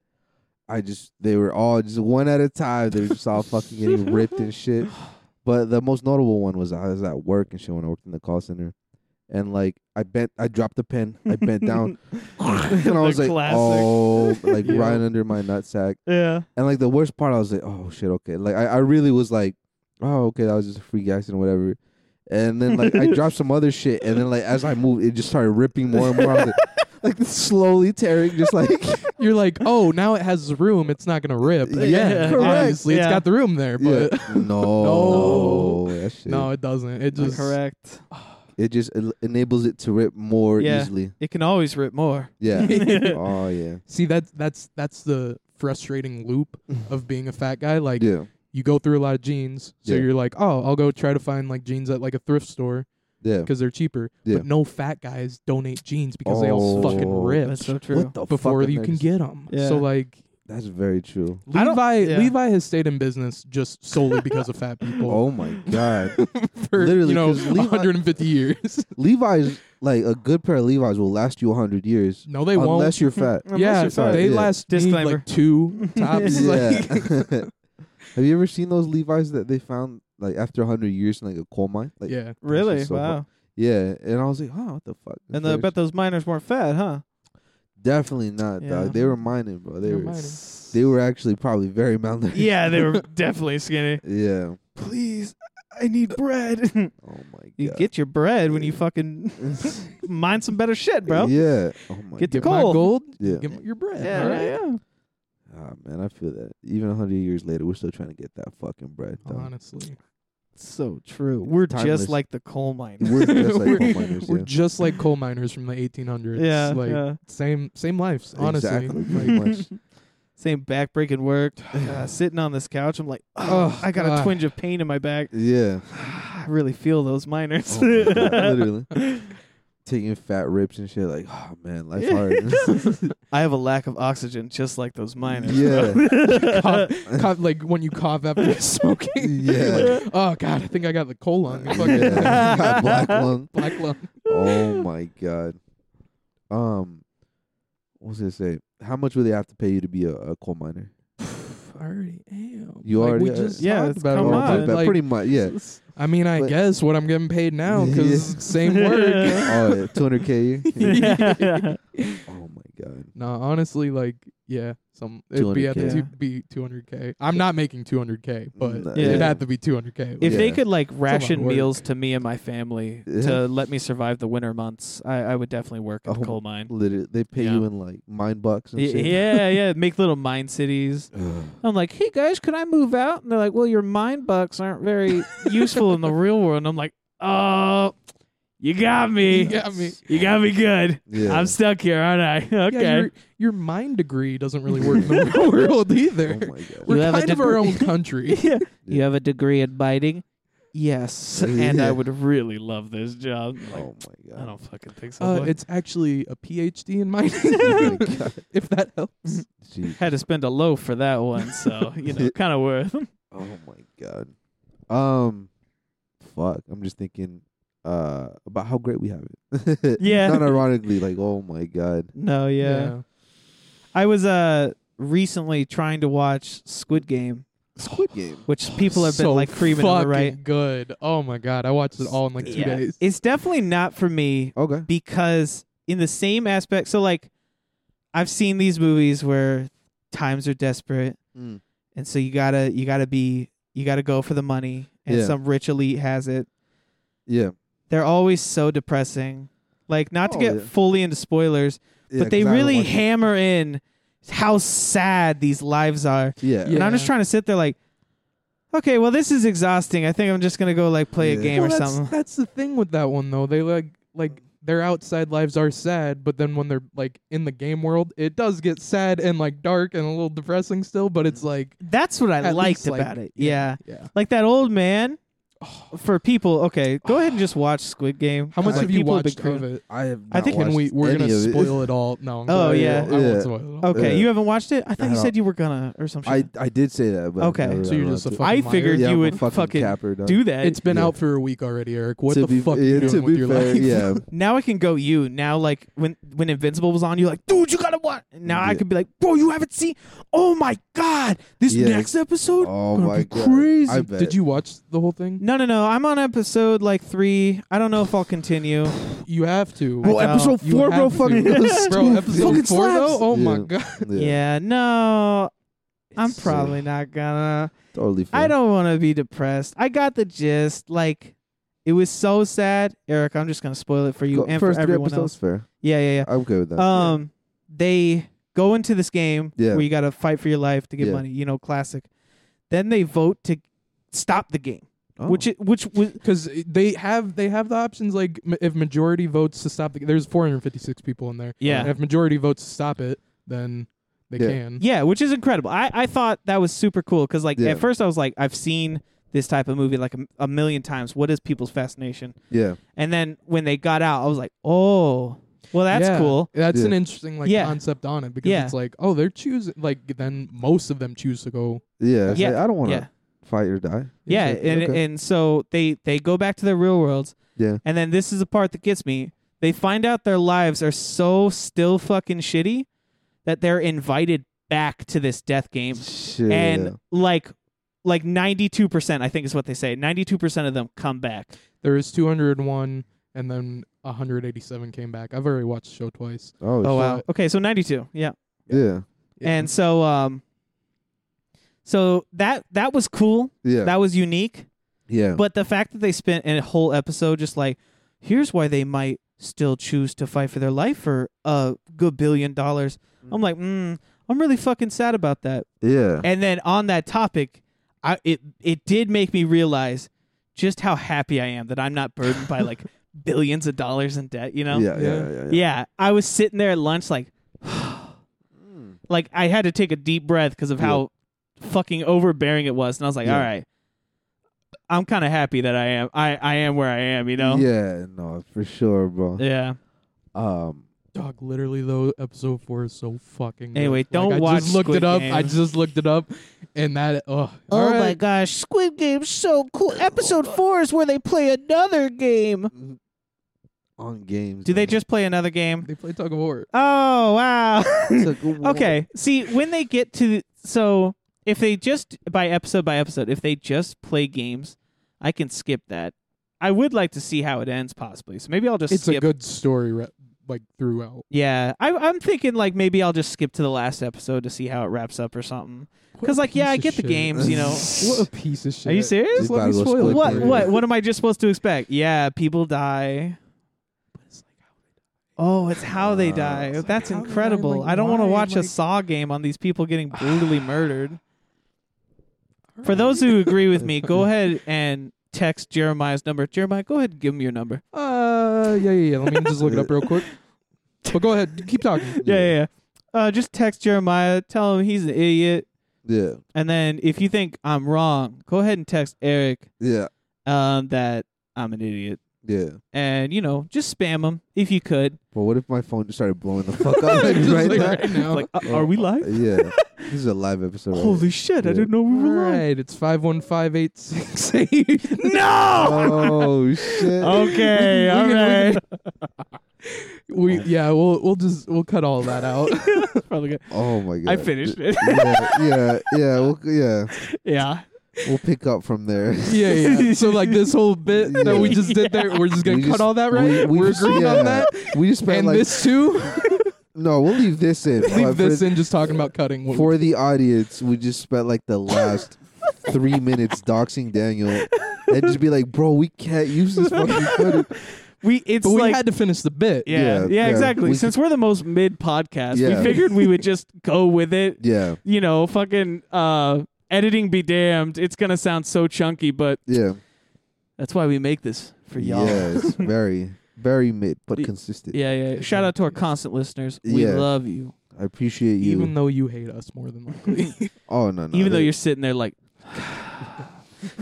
Speaker 2: I just they were all just one at a time. They were just all fucking getting ripped
Speaker 1: [laughs]
Speaker 2: and shit. But the most notable one was I was at work and shit when I worked in the call center, and like I bent, I dropped the pen, I bent
Speaker 1: [laughs]
Speaker 2: down, [laughs] and I was
Speaker 1: The
Speaker 2: like,
Speaker 1: classic.
Speaker 2: oh,
Speaker 1: [laughs]
Speaker 2: like
Speaker 3: Yeah.
Speaker 2: right under my nutsack.
Speaker 1: [laughs] yeah.
Speaker 2: And like the worst part, I was like, oh shit, okay. Like I, I really was like, oh okay, that was just a freak accident, whatever. And then like I dropped some other shit, and then like as I moved, it just started ripping more and more. I was
Speaker 3: [laughs]
Speaker 2: like, like slowly tearing, just like
Speaker 3: [laughs] You're like, oh, now it has room. It's not gonna rip.
Speaker 2: Yeah,
Speaker 3: Again,
Speaker 1: correct.
Speaker 3: Obviously,
Speaker 1: Yeah.
Speaker 3: it's got the room there, [laughs]
Speaker 2: yeah.
Speaker 3: [laughs] but
Speaker 2: no,
Speaker 3: No.
Speaker 2: that shit.
Speaker 3: no, it doesn't. It just
Speaker 1: correct.
Speaker 2: It just el- enables it to rip more
Speaker 1: Yeah.
Speaker 2: easily.
Speaker 1: It can always rip more. [laughs]
Speaker 3: [laughs]
Speaker 2: Yeah. oh yeah.
Speaker 3: see that's that's that's the frustrating loop
Speaker 2: [laughs]
Speaker 3: of being a fat guy. Like
Speaker 2: Yeah.
Speaker 3: you go through a lot of jeans, so
Speaker 2: Yeah.
Speaker 3: you're like, oh, I'll go try to find like jeans at like a thrift store
Speaker 2: Yeah.
Speaker 3: because they're cheaper.
Speaker 2: Yeah.
Speaker 3: But no fat guys donate jeans because they all
Speaker 2: Oh.
Speaker 3: fucking rip
Speaker 1: That's so true.
Speaker 2: the
Speaker 3: before
Speaker 2: fuck?
Speaker 3: you
Speaker 2: That
Speaker 3: can
Speaker 2: is-
Speaker 3: get them.
Speaker 1: Yeah.
Speaker 3: So like
Speaker 2: That's very true.
Speaker 3: [laughs]
Speaker 1: I don't-
Speaker 3: Levi,
Speaker 1: yeah.
Speaker 3: Levi has stayed in business just solely because of
Speaker 2: [laughs]
Speaker 3: fat people
Speaker 2: Oh my god.
Speaker 3: [laughs] for
Speaker 2: literally,
Speaker 3: you know
Speaker 2: 'cause Levi-
Speaker 3: 150 years. [laughs]
Speaker 2: Levi's like a good pair of Levi's will last you hundred years
Speaker 3: no, they
Speaker 2: unless you're fat.
Speaker 1: Unless
Speaker 3: won't. Yeah,
Speaker 1: you're fat.
Speaker 3: they
Speaker 2: Yeah.
Speaker 3: last me,
Speaker 1: Disclaimer. [laughs]
Speaker 3: like two tops.
Speaker 2: Yeah. [laughs]
Speaker 3: like-
Speaker 2: Have you ever seen those Levi's that they found like after hundred years in like a coal mine? Like,
Speaker 3: [laughs] yeah.
Speaker 2: That's
Speaker 1: Really?
Speaker 2: just so
Speaker 1: wow.
Speaker 2: Yeah, and I was like, oh, what the fuck? [laughs]
Speaker 1: And the, I bet those miners weren't fat, huh?
Speaker 2: Definitely not,
Speaker 1: Yeah.
Speaker 2: dog. They were mining, bro. They
Speaker 3: They were
Speaker 2: were
Speaker 3: mining.
Speaker 2: they were actually probably very [laughs] malnourished.
Speaker 1: yeah, they
Speaker 2: [laughs]
Speaker 1: were definitely skinny.
Speaker 2: yeah.
Speaker 1: Please, I need bread.
Speaker 2: Oh my
Speaker 1: [laughs] you
Speaker 2: god. [laughs]
Speaker 1: get your bread when you fucking mine some better shit, bro.
Speaker 2: Yeah. Oh my
Speaker 1: Get
Speaker 2: god.
Speaker 1: the
Speaker 3: Get my
Speaker 1: coal.
Speaker 3: gold.
Speaker 2: Yeah.
Speaker 3: Get my- your bread.
Speaker 1: Yeah,
Speaker 3: all right?
Speaker 1: yeah.
Speaker 2: Ah man, I feel that. Even a hundred years later, we're still trying to get that fucking bread.
Speaker 3: Oh,
Speaker 2: Dog.
Speaker 3: Honestly,
Speaker 1: So true. We're
Speaker 2: Timeless.
Speaker 1: just like the coal miners.
Speaker 2: We're
Speaker 1: [laughs]
Speaker 2: just like
Speaker 3: [laughs] We're-
Speaker 2: coal miners.
Speaker 3: we're
Speaker 2: yeah.
Speaker 3: just like coal miners from the 1800s.
Speaker 1: yeah,
Speaker 3: like
Speaker 1: yeah.
Speaker 3: same same lives. Honestly,
Speaker 2: Exactly, pretty
Speaker 3: [laughs]
Speaker 2: much.
Speaker 1: Same back breaking
Speaker 2: [sighs]
Speaker 1: work.
Speaker 2: [laughs]
Speaker 1: Uh, sitting on this couch, I'm like, oh,
Speaker 3: Oh,
Speaker 1: I got a
Speaker 3: God.
Speaker 1: twinge of pain in my back.
Speaker 2: Yeah.
Speaker 1: I really feel those miners.
Speaker 2: Oh my God, literally taking fat rips and shit. Like, oh man,
Speaker 1: [laughs]
Speaker 2: life hard.
Speaker 1: I have a lack of oxygen, just like those miners.
Speaker 2: Yeah. [laughs]
Speaker 3: [laughs]
Speaker 1: bro.
Speaker 3: cough, cough, like when you cough after [laughs] smoking.
Speaker 2: yeah.
Speaker 3: Like, oh god, I think I got the coal lung. I fucking
Speaker 1: [laughs]
Speaker 2: [laughs] yeah. Got [laughs] black lung.
Speaker 3: Black lung.
Speaker 2: Oh my god. Um, what was I gonna say? How much would they have to pay you to be a, a coal miner?
Speaker 3: I already am.
Speaker 2: You
Speaker 3: like,
Speaker 2: already
Speaker 3: we
Speaker 2: are.
Speaker 3: just
Speaker 1: Yeah,
Speaker 3: talked
Speaker 1: it's
Speaker 3: about
Speaker 1: come
Speaker 2: Oh,
Speaker 3: it. a little
Speaker 1: on.
Speaker 2: but-
Speaker 3: bit,
Speaker 2: but
Speaker 3: like,
Speaker 2: pretty
Speaker 1: [laughs]
Speaker 2: much, yeah.
Speaker 3: I mean, I
Speaker 2: but-
Speaker 3: guess what I'm getting paid now because
Speaker 2: Yeah.
Speaker 3: [laughs] same work.
Speaker 2: Oh, [laughs] yeah, 200k. a year?
Speaker 1: [laughs] yeah.
Speaker 2: oh my god.
Speaker 3: [laughs] no, honestly, like yeah, some it'd be at the
Speaker 1: 200K.
Speaker 3: two, be 200k. I'm not making 200k, but
Speaker 2: No,
Speaker 3: it'd
Speaker 1: yeah.
Speaker 3: have to be 200k.
Speaker 1: [laughs] If they
Speaker 2: Yeah.
Speaker 1: could like ration
Speaker 3: work.
Speaker 1: meals to me and my family
Speaker 2: Yeah.
Speaker 1: to let me survive the winter months, I, I would definitely work in
Speaker 2: Oh.
Speaker 1: the coal mine.
Speaker 2: Literally, they pay
Speaker 1: Yeah.
Speaker 2: you in like mine bucks and
Speaker 1: Y-
Speaker 2: shit. [sighs] Oh
Speaker 1: Yeah, yeah. Make little mine cities. [laughs] I'm like, hey guys, can I move out? And they're like, well, your mind bucks aren't very useful in the real world. And I'm like, oh, you got me.
Speaker 3: You got me.
Speaker 1: You got me good.
Speaker 2: yeah.
Speaker 1: I'm stuck here, aren't I? [laughs]
Speaker 3: yeah,
Speaker 1: okay.
Speaker 3: your, your mind degree doesn't really work in the [laughs] real world either.
Speaker 2: Oh my god.
Speaker 1: You
Speaker 3: We're
Speaker 1: have a
Speaker 3: kind of our
Speaker 1: degree-
Speaker 3: own country.
Speaker 1: yeah. You have a degree in biting? Yes. And
Speaker 2: Yeah.
Speaker 1: I would really love this job. Like,
Speaker 2: oh my
Speaker 1: I
Speaker 2: god.
Speaker 1: don't fucking think so.
Speaker 3: Uh,
Speaker 1: boy.
Speaker 3: it's actually a PhD
Speaker 2: [laughs]
Speaker 3: in
Speaker 1: [laughs]
Speaker 2: Oh
Speaker 3: mining, [laughs]
Speaker 2: my god.
Speaker 3: if that helps.
Speaker 2: Jeez.
Speaker 1: Had to spend a loaf for that one, [laughs] so you know, kind of worth.
Speaker 2: Oh my god. Um, fuck. I'm just thinking uh about how great we have it. [laughs]
Speaker 1: Yeah.
Speaker 2: Not ironically, like oh my god.
Speaker 1: No, yeah. I was uh recently trying to watch Squid Game,
Speaker 2: Squid Game.
Speaker 1: which people have been
Speaker 3: Oh, So
Speaker 1: like creaming on the right.
Speaker 3: fucking good. Oh my god, I watched it all in like two
Speaker 1: Yeah.
Speaker 3: days.
Speaker 1: It's definitely not for me
Speaker 2: Okay.
Speaker 1: because in the same aspect, so like I've seen these movies where times are desperate
Speaker 2: Mm.
Speaker 1: and so you got to you got to be you got to go for the money and
Speaker 2: Yeah.
Speaker 1: some rich elite has it.
Speaker 2: Yeah.
Speaker 1: They're always so depressing. Like not to
Speaker 2: Oh,
Speaker 1: get
Speaker 2: yeah.
Speaker 1: fully into spoilers,
Speaker 2: Yeah,
Speaker 1: but they
Speaker 2: 'cause I haven't
Speaker 1: really
Speaker 2: watched it.
Speaker 1: hammer in how sad these lives are.
Speaker 2: Yeah.
Speaker 1: And I'm just
Speaker 3: Yeah.
Speaker 1: trying to sit there like okay, well this is exhausting. I think I'm just going to go like play a
Speaker 2: Yeah.
Speaker 1: game
Speaker 3: Well,
Speaker 1: or
Speaker 3: that's,
Speaker 1: something.
Speaker 3: that's the thing with that one though. They like like their outside lives are sad, but then when they're like in the game world, it does get sad and like dark and a little depressing still. But it's like
Speaker 1: That's what I
Speaker 3: at
Speaker 1: liked
Speaker 3: least, like,
Speaker 1: about it. Yeah.
Speaker 3: yeah.
Speaker 1: Like that old man.
Speaker 2: Oh.
Speaker 1: For people, okay, go ahead and just watch Squid Game.
Speaker 3: How much
Speaker 1: Like,
Speaker 3: have you
Speaker 1: people been
Speaker 3: watched of
Speaker 1: craving-
Speaker 3: it?
Speaker 2: I have.
Speaker 1: I
Speaker 2: not
Speaker 1: think-
Speaker 3: Can
Speaker 2: watched
Speaker 3: we? We're
Speaker 2: any
Speaker 3: gonna
Speaker 2: of it.
Speaker 3: sorry, I won't spoil it all. No.
Speaker 1: [laughs] Oh, yeah.
Speaker 3: I
Speaker 2: Yeah.
Speaker 3: won't spoil it all.
Speaker 1: Okay,
Speaker 2: Yeah.
Speaker 1: you haven't watched it? I thought
Speaker 2: Uh, I
Speaker 1: you
Speaker 2: don't-
Speaker 1: said you were gonna or some
Speaker 2: I
Speaker 1: shit.
Speaker 2: I did say that. But
Speaker 1: Okay.
Speaker 2: never
Speaker 3: So you're
Speaker 2: got
Speaker 3: just a
Speaker 2: around to it.
Speaker 3: fucking
Speaker 1: I
Speaker 3: liar.
Speaker 1: figured
Speaker 2: yeah,
Speaker 1: you
Speaker 2: I'm a
Speaker 1: would
Speaker 2: fucking, capper, dog.
Speaker 1: do that.
Speaker 3: It's been
Speaker 2: Yeah.
Speaker 3: out for a week already, Eric. What
Speaker 2: to
Speaker 3: the
Speaker 2: be,
Speaker 3: fuck?
Speaker 2: yeah,
Speaker 3: are
Speaker 2: [laughs]
Speaker 3: you
Speaker 2: to
Speaker 3: doing with
Speaker 2: be
Speaker 3: your
Speaker 2: fair,
Speaker 3: life?
Speaker 2: yeah.
Speaker 1: now I can go you. Now like when when Invincible was on, you're like, dude, you gotta watch. Now I
Speaker 2: Yeah.
Speaker 1: could be like, bro, you haven't seen. Oh my god, this
Speaker 2: Yeah.
Speaker 1: next episode.
Speaker 2: Oh
Speaker 1: gonna
Speaker 2: my
Speaker 1: be
Speaker 2: god.
Speaker 1: crazy.
Speaker 2: I bet.
Speaker 3: Did you watch the whole thing?
Speaker 1: No, no, no. I'm on episode like three. I don't know if I'll continue.
Speaker 3: You have to.
Speaker 2: Bro,
Speaker 1: I know.
Speaker 2: episode
Speaker 3: You
Speaker 2: four, bro.
Speaker 3: have to.
Speaker 2: Fucking goes
Speaker 3: [laughs] Bro,
Speaker 2: stupid. [laughs]
Speaker 3: episode four
Speaker 1: slaps.
Speaker 3: though. Oh my
Speaker 2: Yeah.
Speaker 3: god.
Speaker 1: Yeah,
Speaker 3: [laughs]
Speaker 1: no, I'm
Speaker 2: It's, uh,
Speaker 1: probably not gonna.
Speaker 2: Totally.
Speaker 1: I
Speaker 2: fair.
Speaker 1: don't want to be depressed. I got the gist. Like, it was so sad, Eric. I'm just gonna spoil it for you
Speaker 2: Go-
Speaker 1: and
Speaker 2: First
Speaker 1: for
Speaker 2: three
Speaker 1: everyone
Speaker 2: episodes,
Speaker 1: else.
Speaker 2: fair.
Speaker 1: Yeah, yeah, yeah.
Speaker 2: I'm okay with that.
Speaker 1: Um, they go into this game
Speaker 2: Yeah.
Speaker 1: where you got to fight for your life to get
Speaker 2: Yeah.
Speaker 1: money. You know, classic. Then they vote to stop the game,
Speaker 2: Oh.
Speaker 1: which it, which was
Speaker 3: Because they have they have the options like m- if majority votes to stop the there's 456 people in there.
Speaker 1: Yeah.
Speaker 3: And if majority votes to stop it, then they
Speaker 2: Yeah.
Speaker 3: can.
Speaker 1: yeah, which is incredible. I I thought that was super cool because like
Speaker 2: Yeah.
Speaker 1: at first I was like I've seen this type of movie like a, a million times. What is people's fascination?
Speaker 2: Oh. yeah.
Speaker 1: And then when they got out, I was like, oh, well that's
Speaker 3: Yeah.
Speaker 1: cool.
Speaker 3: That's
Speaker 2: Yeah.
Speaker 3: an interesting like
Speaker 1: Yeah.
Speaker 3: concept on it because
Speaker 1: Yeah.
Speaker 3: it's like oh they're choosing like then most of them choose to go.
Speaker 2: Yeah.
Speaker 1: Yeah.
Speaker 2: Yeah. I don't want to
Speaker 1: Yeah.
Speaker 2: fight or die.
Speaker 1: Yeah,
Speaker 2: Exactly.
Speaker 1: and
Speaker 2: Okay.
Speaker 1: and so they they go back to their real worlds.
Speaker 2: Yeah.
Speaker 1: And then this is the part that gets me. They find out their lives are so still fucking shitty that they're invited back to this death game.
Speaker 2: Shit.
Speaker 1: And like like 92% I think is what they say. 92% of them come back.
Speaker 3: There is 201 and then 187 came back. I've already watched the show twice.
Speaker 2: Oh,
Speaker 1: Oh uh,
Speaker 2: shit.
Speaker 1: wow. Okay, so 92. Yeah.
Speaker 2: Yeah.
Speaker 1: And so um so that that was cool.
Speaker 2: Yeah.
Speaker 1: That was unique.
Speaker 2: yeah.
Speaker 1: But the fact that they spent a whole episode just like, here's why they might still choose to fight for their life for a good billion dollars. I'm like, mm, I'm really fucking sad about that.
Speaker 2: yeah.
Speaker 1: And then on that topic, I it it did make me realize just how happy I am that I'm not burdened by like [laughs] billions of dollars in debt. You know?
Speaker 2: yeah. Yeah.
Speaker 3: Yeah.
Speaker 2: Yeah. Yeah.
Speaker 1: Yeah, I was sitting there at lunch,
Speaker 2: [sighs]
Speaker 1: like,
Speaker 2: Mm.
Speaker 1: like I had to take a deep breath because of how fucking overbearing it was, and I was like,
Speaker 2: Yeah.
Speaker 1: all right, I'm kind of happy that I am. I I am where I am, you know.
Speaker 2: Yeah, no, for sure, bro.
Speaker 1: Yeah.
Speaker 2: Um,
Speaker 3: Dog, literally though, episode four is so fucking. good.
Speaker 1: Anyway,
Speaker 3: Like,
Speaker 1: don't
Speaker 3: I
Speaker 1: watch
Speaker 3: just looked
Speaker 1: Squid
Speaker 3: it up. I
Speaker 1: Game.
Speaker 3: just looked it up, and that. Oh,
Speaker 1: Oh my gosh, Squid Game's so cool. Episode four is where they play another game.
Speaker 2: on games.
Speaker 1: Do they
Speaker 2: man.
Speaker 1: just play another game?
Speaker 3: They play tug of war.
Speaker 1: Oh wow.
Speaker 2: It's
Speaker 1: [clears throat]
Speaker 2: like, wha-
Speaker 1: okay. See, when they get to so if they just by episode by episode, if they just play games, I can skip that. I would like to see how it ends possibly. So maybe I'll just
Speaker 3: It's
Speaker 1: skip.
Speaker 3: a good story, re- like throughout.
Speaker 1: yeah, I, I'm thinking like maybe I'll just skip to the last episode to see how it wraps up or something.
Speaker 3: What
Speaker 1: 'Cause,
Speaker 3: a
Speaker 1: like, yeah,
Speaker 3: piece
Speaker 1: I
Speaker 3: of
Speaker 1: get the
Speaker 3: shit.
Speaker 1: games,
Speaker 2: you know.
Speaker 3: [laughs] what a piece of shit.
Speaker 1: Are you serious?
Speaker 3: Just let me
Speaker 2: Survival
Speaker 3: spoil it
Speaker 2: Squid
Speaker 1: What
Speaker 3: for
Speaker 2: Game.
Speaker 3: you.
Speaker 1: what what am I just supposed to expect? Yeah, people die. Oh, it's how they
Speaker 2: Uh,
Speaker 1: die.
Speaker 2: it's like,
Speaker 1: That's
Speaker 3: how they die,
Speaker 1: incredible.
Speaker 3: like,
Speaker 1: I don't want to
Speaker 3: why,
Speaker 1: watch a
Speaker 3: like-
Speaker 1: Saw game on these people getting brutally murdered. For those who agree with me, go ahead and text Jeremiah's number. Jeremiah, go ahead and give him your number.
Speaker 3: Uh, yeah, yeah, yeah. Let me just look it up
Speaker 1: [laughs]
Speaker 3: real quick. But go ahead, keep talking.
Speaker 1: Yeah, yeah, yeah. Uh, just text Jeremiah. Tell him he's an idiot.
Speaker 2: Yeah,
Speaker 1: And then if you think I'm wrong, go ahead and text Eric
Speaker 2: yeah,
Speaker 1: um, that I'm an idiot.
Speaker 2: yeah.
Speaker 1: And, you know, just spam him if you could.
Speaker 2: But what if my phone just started blowing the fuck
Speaker 1: [laughs]
Speaker 2: up like, [laughs]
Speaker 3: Just
Speaker 2: right
Speaker 3: like
Speaker 2: now?
Speaker 3: right now.
Speaker 1: Like, uh, are we live?
Speaker 2: Yeah, this is a live episode.
Speaker 1: [laughs]
Speaker 2: right?
Speaker 1: Holy shit, I
Speaker 2: Yeah.
Speaker 1: didn't know we
Speaker 3: All
Speaker 1: were live.
Speaker 3: right, it's five one five eight
Speaker 1: [laughs]
Speaker 3: six eight.
Speaker 1: No!
Speaker 2: Oh
Speaker 1: [laughs]
Speaker 2: shit.
Speaker 1: okay,
Speaker 3: We
Speaker 1: all
Speaker 3: can-
Speaker 1: right.
Speaker 3: we We yeah, we'll we'll just we'll cut all that out.
Speaker 1: That's probably good.
Speaker 2: Oh my god.
Speaker 1: I finished it.
Speaker 2: yeah, yeah, yeah. We'll, yeah,
Speaker 1: yeah.
Speaker 2: we'll pick up from there.
Speaker 3: yeah,
Speaker 2: [laughs]
Speaker 3: yeah. So like this whole bit that we just did
Speaker 1: Yeah.
Speaker 3: there, we're just gonna
Speaker 2: We
Speaker 3: cut
Speaker 2: just-
Speaker 3: all that, right?
Speaker 2: we- we
Speaker 3: are
Speaker 2: just-
Speaker 3: agreeing
Speaker 2: yeah.
Speaker 3: on that.
Speaker 2: We just spent
Speaker 3: And
Speaker 2: like
Speaker 3: this
Speaker 2: [laughs]
Speaker 3: too.
Speaker 2: no. We'll leave this in.
Speaker 3: [laughs] Leave
Speaker 2: but for-
Speaker 3: this in, just talking about cutting. What-
Speaker 2: for the audience, we just spent like the last
Speaker 3: [laughs]
Speaker 2: three minutes doxing Daniel and just be like, bro, we can't use this fucking footage.
Speaker 3: [laughs]
Speaker 1: We it's
Speaker 3: but we
Speaker 1: like
Speaker 3: had to finish the bit.
Speaker 1: yeah, yeah,
Speaker 2: Yeah, yeah.
Speaker 1: exactly.
Speaker 2: We-
Speaker 1: Since we're the most mid podcast,
Speaker 2: Yeah.
Speaker 1: we figured we
Speaker 2: [laughs]
Speaker 1: would just go with it.
Speaker 2: Yeah,
Speaker 1: You know, fucking uh editing be damned. It's going to sound so chunky, but
Speaker 2: yeah.
Speaker 1: that's why we make this for y'all.
Speaker 2: Yes, very, very mid, but
Speaker 1: Y-
Speaker 2: consistent.
Speaker 1: [laughs] Yeah, yeah. Shout out to our constant listeners. We
Speaker 2: Yeah.
Speaker 1: love
Speaker 2: [laughs]
Speaker 1: you.
Speaker 2: I appreciate you.
Speaker 3: Even though you hate us more than likely,
Speaker 2: oh no,
Speaker 1: [laughs]
Speaker 2: no.
Speaker 1: Even though
Speaker 2: that-
Speaker 1: you're sitting there like, [laughs]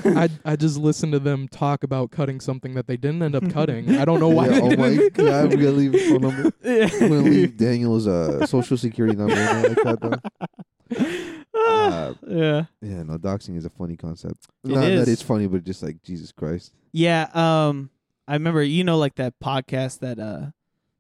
Speaker 3: I I just listened to them talk about cutting something that they didn't end up cutting. I don't know why.
Speaker 2: [laughs] Yeah,
Speaker 3: they
Speaker 2: oh
Speaker 3: didn't. [laughs]
Speaker 2: my god, I'm gonna leave his phone number. I'm gonna leave Daniel's uh, social security number. and all that crap down.
Speaker 3: [laughs]
Speaker 2: Uh,
Speaker 1: yeah.
Speaker 2: yeah, no, doxing is a funny concept.
Speaker 1: It
Speaker 2: Not
Speaker 1: is.
Speaker 2: that it's funny, but just like Jesus Christ.
Speaker 1: Yeah, um I remember you know like that podcast that uh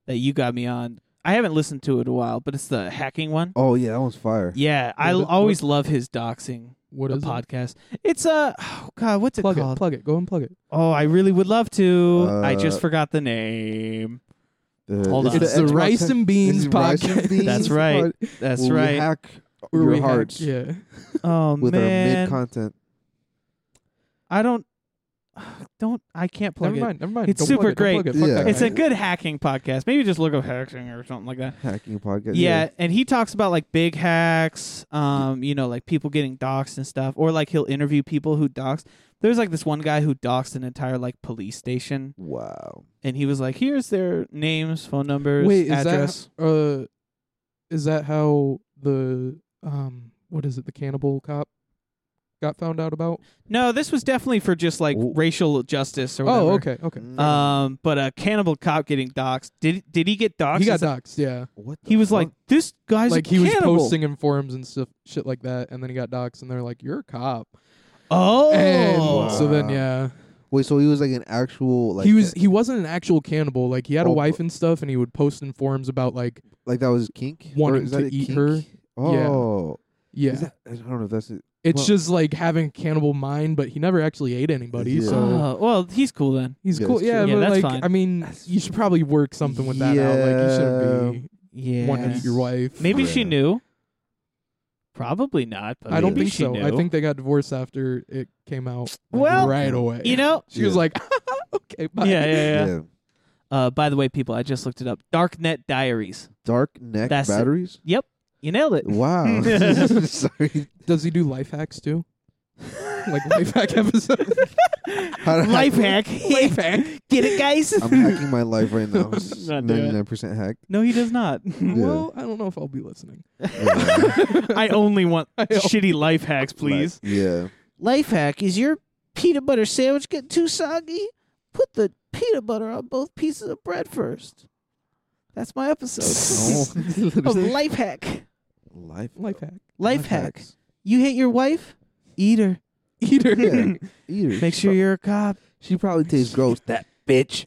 Speaker 1: that you got me on. I haven't listened to it in a while, but it's the hacking one.
Speaker 2: Oh yeah, that one's fire.
Speaker 1: Yeah, I
Speaker 3: What-
Speaker 1: l- always love his doxing
Speaker 3: What
Speaker 1: the
Speaker 3: is it?
Speaker 1: podcast. It's uh, oh god, what's it
Speaker 3: Plug it,
Speaker 1: called?
Speaker 3: plug it. Go and plug it.
Speaker 1: oh, I really would love to. I just
Speaker 2: Uh,
Speaker 1: forgot the name.
Speaker 2: Uh,
Speaker 1: Hold on.
Speaker 3: It's
Speaker 1: It's
Speaker 3: the,
Speaker 2: Xbox
Speaker 3: rice
Speaker 2: Tech-
Speaker 3: and beans
Speaker 2: it's Rice and
Speaker 3: podcast.
Speaker 2: Beans
Speaker 1: That's right.
Speaker 2: pod-
Speaker 1: That's
Speaker 2: where we
Speaker 1: right.
Speaker 2: hack
Speaker 3: Where
Speaker 2: your
Speaker 3: we hack-
Speaker 2: hearts
Speaker 3: yeah.
Speaker 1: oh
Speaker 2: with our mid
Speaker 1: man,
Speaker 2: content.
Speaker 1: I don't, [sighs] don't I can't plug
Speaker 3: never
Speaker 1: it.
Speaker 3: mind. Never mind.
Speaker 1: It's
Speaker 3: Don't plug
Speaker 1: super
Speaker 3: it, don't plug
Speaker 1: great.
Speaker 3: it, fuck
Speaker 2: Yeah.
Speaker 3: that
Speaker 1: It's
Speaker 3: guy.
Speaker 1: a good hacking podcast. Maybe just look up hacking or something like that.
Speaker 2: Hacking podcast.
Speaker 1: Yeah, and he talks about like big hacks, um, you know, like people getting doxxed and stuff, or like he'll interview people who doxed. There's like this one guy who doxed an entire like police station,
Speaker 2: Wow.
Speaker 1: and he was like, "Here's their names, phone numbers,
Speaker 3: Wait, is
Speaker 1: address."
Speaker 3: that uh, is that how the um, what is it? The cannibal cop got found out about?
Speaker 1: no, this was definitely for just like
Speaker 2: Ooh.
Speaker 1: racial justice or whatever.
Speaker 3: Oh, okay, okay.
Speaker 2: Mm.
Speaker 1: Um, but a cannibal cop getting doxxed. Did did he get doxxed?
Speaker 3: He got
Speaker 1: Is that-
Speaker 3: doxxed. Yeah,
Speaker 2: what the
Speaker 1: He was
Speaker 2: fuck?
Speaker 1: like, "This guy's
Speaker 3: like
Speaker 1: a
Speaker 3: he was
Speaker 1: cannibal."
Speaker 3: posting in forums and stuff, shit like that, and then he got doxxed, and they're like, "You're a cop."
Speaker 1: Oh,
Speaker 3: And so then,
Speaker 2: Wow.
Speaker 3: yeah,
Speaker 2: wait, so he was like an actual like
Speaker 3: he was he wasn't an actual cannibal. Like he had a
Speaker 2: Oh,
Speaker 3: wife and stuff, and he would post in forums about like,
Speaker 2: like that was his kink. Or
Speaker 3: wanting
Speaker 2: is
Speaker 3: to
Speaker 2: that a
Speaker 3: eat
Speaker 2: kink?
Speaker 3: her.
Speaker 2: Oh,
Speaker 3: yeah.
Speaker 2: Is that, I don't know if that's it.
Speaker 3: It's
Speaker 2: Well-
Speaker 3: just like having a cannibal mind, but he never actually ate anybody,
Speaker 2: Yeah.
Speaker 3: so
Speaker 1: Oh, well, he's cool then.
Speaker 3: he's
Speaker 2: Yeah,
Speaker 3: cool.
Speaker 2: that's
Speaker 3: Yeah,
Speaker 1: true. Yeah,
Speaker 3: but
Speaker 1: that's
Speaker 3: like
Speaker 1: fine.
Speaker 3: I mean, you should probably work something with that out. Like you shouldn't be
Speaker 1: Yeah.
Speaker 3: wanting to eat your wife.
Speaker 1: Maybe
Speaker 2: Yeah.
Speaker 1: she knew. Probably not. But
Speaker 3: I don't
Speaker 1: maybe
Speaker 3: think
Speaker 1: she
Speaker 3: so.
Speaker 1: Knew.
Speaker 3: I think they got divorced after it came out. like,
Speaker 1: Well,
Speaker 3: right away.
Speaker 1: you
Speaker 3: [laughs]
Speaker 1: know.
Speaker 3: she was
Speaker 2: Yeah.
Speaker 3: like, "Okay, bye."
Speaker 1: Yeah, yeah, yeah. Uh, by the way, people, I just looked it up. Darknet Diaries.
Speaker 2: Dark neck
Speaker 1: That's it.
Speaker 2: batteries.
Speaker 1: You nailed it.
Speaker 2: Wow. [laughs] Sorry.
Speaker 3: Does he do life hacks too? like life hack
Speaker 2: [laughs]
Speaker 3: episodes. [laughs]
Speaker 1: [laughs]
Speaker 2: How do I-
Speaker 1: Life hack.
Speaker 3: life hack.
Speaker 1: [laughs] Get it, guys?
Speaker 2: I'm hacking my life right
Speaker 1: [laughs]
Speaker 2: now.
Speaker 1: Not doing it.
Speaker 2: Ninety nine percent
Speaker 1: [laughs]
Speaker 2: hacked.
Speaker 1: no, he does not.
Speaker 3: Well, I don't know if I'll be listening.
Speaker 2: Yeah.
Speaker 1: [laughs] I only want
Speaker 3: I don't-
Speaker 1: shitty life hacks, [laughs] please.
Speaker 2: yeah.
Speaker 1: Life hack is your peanut butter sandwich get too soggy? Put the peanut butter on both pieces of bread first. That's my [laughs]
Speaker 3: [laughs]
Speaker 1: episode
Speaker 2: [laughs] Oh.
Speaker 1: life hack.
Speaker 2: life.
Speaker 3: Life hack.
Speaker 1: Life hack. You hate your wife? Eat her.
Speaker 3: Eater.
Speaker 1: [laughs]
Speaker 2: Yeah. Eaters.
Speaker 1: Make sure you're a cop.
Speaker 2: She probably
Speaker 3: [laughs]
Speaker 2: tastes gross. That
Speaker 1: [laughs]
Speaker 2: bitch.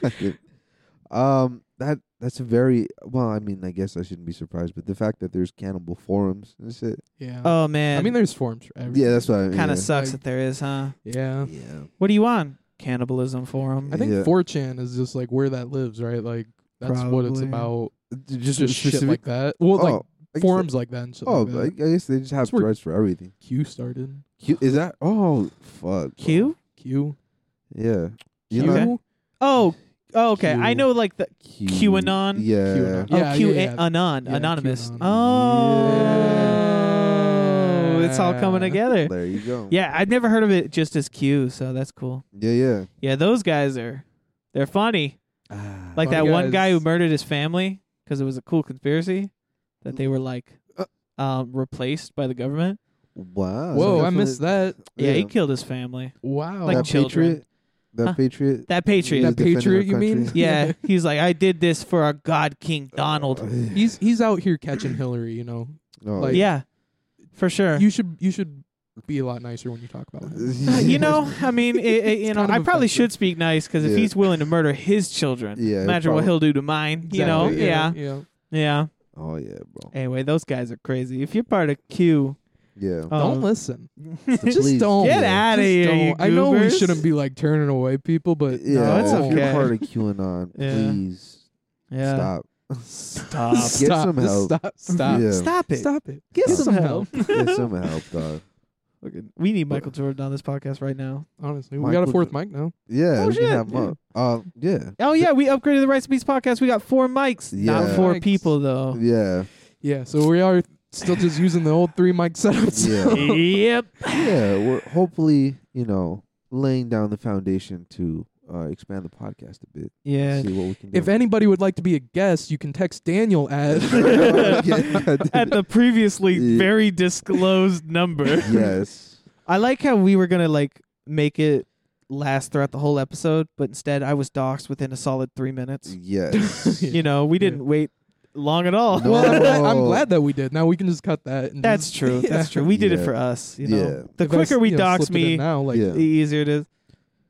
Speaker 2: But [laughs] um, that that's a very well. I mean, I guess I shouldn't be surprised, but the fact that there's cannibal forums and shit.
Speaker 3: Yeah.
Speaker 1: oh man.
Speaker 3: I mean, there's forms for everything.
Speaker 2: Yeah, that's what I mean.
Speaker 1: kind of
Speaker 2: yeah.
Speaker 1: sucks
Speaker 3: Like-
Speaker 1: that there is, huh?
Speaker 3: Yeah.
Speaker 2: Yeah.
Speaker 1: What do you want? Cannibalism forum.
Speaker 3: I think
Speaker 2: Yeah.
Speaker 3: 4chan is just like where that lives, right? Like that's what it's
Speaker 1: Probably.
Speaker 3: about.
Speaker 2: Just,
Speaker 3: Just shit like that. Well,
Speaker 2: oh,
Speaker 3: like
Speaker 2: I guess
Speaker 3: forums like that and
Speaker 2: They,
Speaker 3: shit.
Speaker 2: oh,
Speaker 3: like that.
Speaker 2: I I guess they just have
Speaker 3: That's where-
Speaker 2: threads for everything.
Speaker 3: Q started.
Speaker 2: Q, is that? Oh, fuck.
Speaker 1: Q?
Speaker 3: Q.
Speaker 2: Yeah. You
Speaker 1: Q?
Speaker 2: know-
Speaker 1: Okay. Oh, oh, okay. I
Speaker 3: Q.
Speaker 1: know like the
Speaker 2: Q-
Speaker 1: QAnon?
Speaker 2: Yeah.
Speaker 3: QAnon.
Speaker 1: Oh,
Speaker 3: Yeah,
Speaker 1: Q
Speaker 3: yeah, yeah.
Speaker 1: anon,
Speaker 3: Yeah,
Speaker 1: anonymous.
Speaker 3: QAnon.
Speaker 1: Oh, it's all coming
Speaker 3: Yeah.
Speaker 1: together.
Speaker 2: There you go.
Speaker 1: Yeah, I'd never heard of it just as Q, so that's cool.
Speaker 2: Yeah. Yeah.
Speaker 1: Yeah, those guys are, they're funny. Like
Speaker 3: Funny
Speaker 1: that one
Speaker 3: guys.
Speaker 1: guy who murdered his family because it was a cool conspiracy that
Speaker 3: Mm.
Speaker 1: they were like
Speaker 2: Uh.
Speaker 1: um, replaced by the government.
Speaker 2: Wow.
Speaker 3: Whoa,
Speaker 2: so
Speaker 3: I missed
Speaker 2: definitely-
Speaker 3: that.
Speaker 1: Yeah, he killed his family.
Speaker 3: Wow.
Speaker 1: Like
Speaker 2: that
Speaker 1: children.
Speaker 2: patriot. That
Speaker 1: Huh?
Speaker 2: patriot.
Speaker 1: That patriot.
Speaker 2: Yeah.
Speaker 3: that
Speaker 2: defending
Speaker 3: patriot,
Speaker 2: our
Speaker 3: you mean?
Speaker 2: country. [laughs]
Speaker 1: yeah, he's like, I did this for our God King Donald.
Speaker 3: [laughs] he's he's out here catching Hillary. You know,
Speaker 2: Oh,
Speaker 3: Uh, like-
Speaker 1: yeah, for sure.
Speaker 3: you should you should be a lot nicer when you talk about him.
Speaker 1: Uh, you know, I mean, it, it, you
Speaker 3: It's
Speaker 1: know,
Speaker 3: kind of
Speaker 1: I probably
Speaker 3: offensive.
Speaker 1: should speak nice because if
Speaker 2: Yeah.
Speaker 1: he's willing to murder his children,
Speaker 2: Yeah,
Speaker 1: imagine what
Speaker 2: probably.
Speaker 1: he'll do to mine. You know,
Speaker 3: Exactly,
Speaker 1: yeah.
Speaker 3: yeah.
Speaker 1: yeah,
Speaker 2: [laughs] Oh yeah, bro.
Speaker 1: Anyway, those guys are crazy. If you're part of Q,
Speaker 2: Yeah.
Speaker 1: um,
Speaker 3: Don't listen.
Speaker 2: Please.
Speaker 3: Just
Speaker 1: [laughs]
Speaker 3: don't.
Speaker 1: Get out of
Speaker 3: Just
Speaker 1: here,
Speaker 3: don't.
Speaker 1: you
Speaker 3: I know we
Speaker 1: goobers.
Speaker 3: shouldn't be like turning away people, but
Speaker 2: yeah.
Speaker 1: No, it's
Speaker 2: if
Speaker 1: okay.
Speaker 2: You're
Speaker 3: [laughs]
Speaker 2: part of QAnon.
Speaker 1: Yeah.
Speaker 2: Please
Speaker 1: yeah. [laughs]
Speaker 2: stop.
Speaker 1: Stop.
Speaker 2: Get some
Speaker 3: just
Speaker 2: help.
Speaker 1: [laughs]
Speaker 3: Stop. Stop.
Speaker 2: Yeah.
Speaker 1: Stop it.
Speaker 3: Stop it.
Speaker 1: Get
Speaker 2: Stop.
Speaker 1: some help.
Speaker 2: Get some help, dog.
Speaker 1: Fucking- we need Michael Jordan on this podcast right now.
Speaker 3: Honestly, we
Speaker 2: Michael
Speaker 3: got a fourth
Speaker 2: Jo-
Speaker 3: mic now.
Speaker 2: Yeah.
Speaker 1: Oh,
Speaker 2: we can
Speaker 1: shit.
Speaker 2: have him up. Uh, yeah.
Speaker 1: Oh yeah, we upgraded the Rights and Beats podcast. We got four mics, not
Speaker 2: Yeah.
Speaker 1: four
Speaker 3: Mics.
Speaker 1: people
Speaker 2: [laughs]
Speaker 1: though.
Speaker 2: Yeah.
Speaker 3: Yeah, so we are still just using the old three mic [laughs] setup. so-
Speaker 2: Yeah.
Speaker 1: yep.
Speaker 2: Yeah. We're hopefully, you know, laying down the foundation to uh, expand the podcast a bit. [laughs]
Speaker 1: Yeah.
Speaker 2: See what we can do.
Speaker 3: If anybody [laughs] would like to be a guest, you can text Daniel at.
Speaker 2: [laughs] Yeah,
Speaker 1: At the previously
Speaker 2: Yeah.
Speaker 1: very disclosed number.
Speaker 2: yes.
Speaker 1: I like how we were gonna like make it last throughout the whole episode, but instead I was doxxed within a solid three
Speaker 2: [laughs]
Speaker 1: minutes.
Speaker 2: Yes.
Speaker 3: [laughs] Yeah.
Speaker 1: You know, we didn't wait long at all.
Speaker 2: No.
Speaker 3: [laughs]
Speaker 1: [laughs]
Speaker 3: Well, I'm glad, I'm
Speaker 2: No.
Speaker 3: glad that we did. Now we can just cut that. And
Speaker 1: That's
Speaker 3: just-
Speaker 1: true.
Speaker 3: [laughs] Yeah.
Speaker 1: That's true. We did it
Speaker 2: Yeah.
Speaker 1: for us. You know,
Speaker 2: Yeah.
Speaker 1: the
Speaker 3: If I
Speaker 1: quicker
Speaker 3: s-
Speaker 1: we
Speaker 3: you know,
Speaker 1: dox
Speaker 3: slipped it in
Speaker 1: me,
Speaker 3: now, like
Speaker 2: Yeah.
Speaker 1: the easier it is.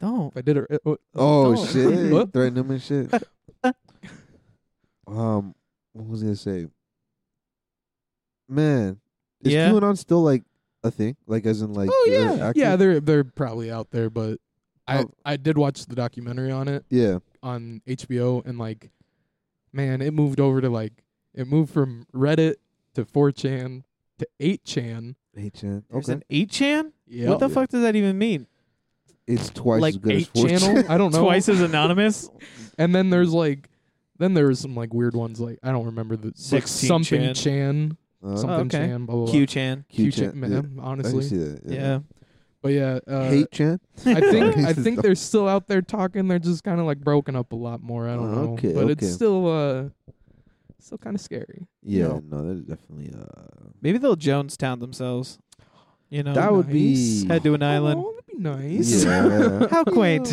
Speaker 1: Don't.
Speaker 3: if I did it. it- it-
Speaker 2: Oh
Speaker 3: No.
Speaker 2: shit!
Speaker 3: [laughs] What?
Speaker 2: Threaten him and
Speaker 3: [laughs]
Speaker 2: shit. um, what was I gonna say? Man, is
Speaker 1: Yeah.
Speaker 2: QAnon still like a thing? Like, as in, like,
Speaker 1: Oh,
Speaker 2: they're
Speaker 1: yeah.
Speaker 2: active?
Speaker 3: yeah, they're they're probably out there, but I
Speaker 2: Oh.
Speaker 3: I did watch the documentary on it
Speaker 2: yeah,
Speaker 3: on HBO, and like, man, it moved over to like it moved from Reddit to 4chan to 8chan.
Speaker 2: eight chan.
Speaker 1: There's
Speaker 2: Okay,
Speaker 1: an eight chan.
Speaker 3: Yeah,
Speaker 1: What the
Speaker 2: Yeah.
Speaker 1: fuck does that even mean?
Speaker 2: it's twice
Speaker 1: like
Speaker 2: as good as
Speaker 3: eight
Speaker 2: four
Speaker 3: channel?
Speaker 1: [laughs]
Speaker 3: I don't know.
Speaker 1: Twice as anonymous.
Speaker 3: [laughs] And then there's like, then there was some like weird ones like I don't remember the like
Speaker 1: 16
Speaker 3: something
Speaker 1: Chan.
Speaker 3: Chan,
Speaker 2: [laughs] Uh,
Speaker 3: something
Speaker 1: Oh, okay.
Speaker 3: Chan, blah blah. blah.
Speaker 1: Q chan.
Speaker 3: Q
Speaker 2: Q
Speaker 3: Chan,
Speaker 2: chan. Yeah.
Speaker 3: man,
Speaker 2: I can
Speaker 3: honestly.
Speaker 2: see that.
Speaker 1: Yeah.
Speaker 3: But yeah, uh,
Speaker 2: Hate chan.
Speaker 1: [laughs]
Speaker 2: [laughs]
Speaker 3: I think I
Speaker 2: Sorry.
Speaker 3: think they're still out there talking. They're just kind of like broken up a lot more. I don't
Speaker 2: Oh,
Speaker 3: know,
Speaker 2: okay,
Speaker 3: but
Speaker 2: okay.
Speaker 3: it's still uh, still kind of scary.
Speaker 2: Yeah,
Speaker 1: No.
Speaker 2: no, that is definitely. Uh,
Speaker 1: Maybe they'll Jonestown themselves. You know,
Speaker 2: that would
Speaker 3: nice.
Speaker 2: be.
Speaker 1: head to an island.
Speaker 3: [laughs] Oh, that'd be
Speaker 2: [laughs]
Speaker 3: nice.
Speaker 2: Yeah.
Speaker 1: How quaint.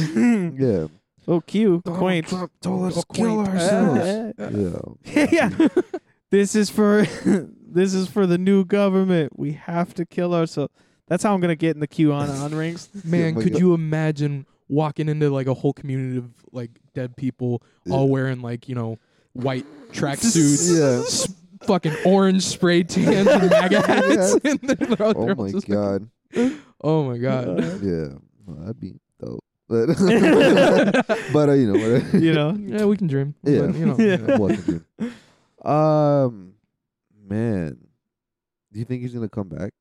Speaker 2: [laughs] yeah.
Speaker 1: oh, Q.
Speaker 3: Donald
Speaker 1: Quaint.
Speaker 3: Trump
Speaker 2: told us
Speaker 3: Oh,
Speaker 2: to kill
Speaker 3: quaint.
Speaker 2: ourselves.
Speaker 1: [laughs] Uh,
Speaker 2: Yeah.
Speaker 1: yeah. [laughs] this is for [laughs] this is for the new government. We have to kill ourselves. That's how I'm gonna get in the [laughs] QAnon on rings.
Speaker 3: Man,
Speaker 2: my
Speaker 3: could
Speaker 2: God.
Speaker 3: you imagine walking into like a whole community of
Speaker 2: [laughs]
Speaker 1: [laughs]
Speaker 3: like dead people all wearing like you know white tracksuits,
Speaker 2: Yeah.
Speaker 3: s- fucking orange spray tans and MAGA hats.
Speaker 2: [laughs]
Speaker 3: [laughs]
Speaker 2: Yeah.
Speaker 3: and they're, they're out
Speaker 2: Oh
Speaker 3: there
Speaker 2: my
Speaker 3: just-
Speaker 2: god.
Speaker 3: Oh my god.
Speaker 2: Yeah. Well, that'd be
Speaker 1: [laughs]
Speaker 2: dope. [laughs] But but uh, you know whatever.
Speaker 1: you
Speaker 2: [laughs]
Speaker 1: know.
Speaker 3: Yeah, we can dream.
Speaker 2: Yeah.
Speaker 3: But, you know, [laughs]
Speaker 1: Yeah.
Speaker 2: What to do. Um, man, do you think he's gonna come back?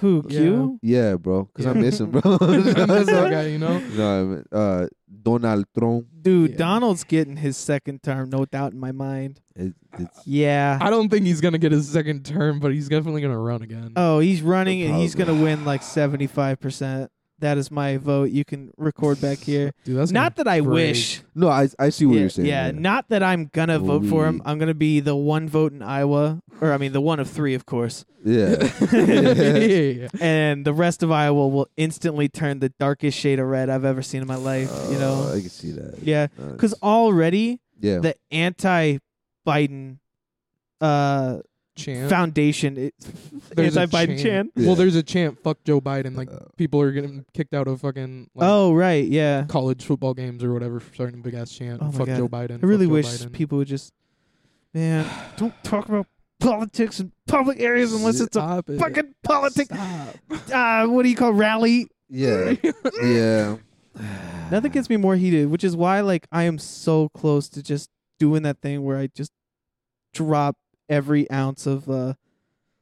Speaker 1: Who
Speaker 3: Yeah.
Speaker 1: Q?
Speaker 2: Yeah, bro. Cause I
Speaker 3: Yeah.
Speaker 2: miss him,
Speaker 1: [laughs]
Speaker 2: bro. no, [laughs]
Speaker 3: I miss that guy, you know?
Speaker 2: I mean, uh, Donald Trump.
Speaker 1: Dude,
Speaker 3: Yeah.
Speaker 1: Donald's getting his second term, no doubt in my mind.
Speaker 2: It, it's
Speaker 1: Yeah.
Speaker 3: I don't think he's gonna get his second term, but he's definitely gonna run again.
Speaker 1: oh, he's running and he's
Speaker 2: Probably.
Speaker 1: gonna win like seventy five percent. That is my vote. You can record back here.
Speaker 3: Dude, that's
Speaker 1: Not that I
Speaker 3: break.
Speaker 1: wish.
Speaker 2: no, I I see what
Speaker 1: yeah,
Speaker 2: you're saying.
Speaker 1: yeah, not that I'm gonna vote for him.
Speaker 2: We-
Speaker 1: I'm gonna be the one vote in Iowa, or I mean the one of three, of
Speaker 2: [laughs]
Speaker 1: course, [laughs]
Speaker 2: yeah.
Speaker 3: gonna, [laughs] yeah, yeah, yeah.
Speaker 1: and the rest of Iowa will instantly turn the darkest shade of red I've ever seen in my life. you
Speaker 2: Uh,
Speaker 1: know,
Speaker 2: I can see that.
Speaker 1: yeah,
Speaker 2: Uh,
Speaker 1: because already
Speaker 2: yeah,
Speaker 1: the anti-Biden uh,
Speaker 3: Chant.
Speaker 1: foundation, it,
Speaker 3: There's a
Speaker 1: anti-Biden
Speaker 3: chant.
Speaker 1: chan.
Speaker 2: Yeah.
Speaker 3: Well, there's a chant. Fuck Joe Biden. Like
Speaker 2: Uh,
Speaker 3: people are getting kicked out of fucking like,
Speaker 1: Oh right, yeah.
Speaker 3: college football games or whatever for starting a big ass chant.
Speaker 1: Oh my
Speaker 3: fuck
Speaker 1: God.
Speaker 3: Joe Biden.
Speaker 1: I really
Speaker 3: fuck Joe
Speaker 1: wish
Speaker 3: Biden.
Speaker 1: people would just, man, don't talk about politics in public areas unless it's a
Speaker 3: Stop it.
Speaker 1: fucking politic.
Speaker 3: Stop.
Speaker 1: Uh, what do you call rally?
Speaker 2: yeah, yeah.
Speaker 1: Nothing gets me more heated, which is why like I am so close to just doing that thing where I just drop every ounce of uh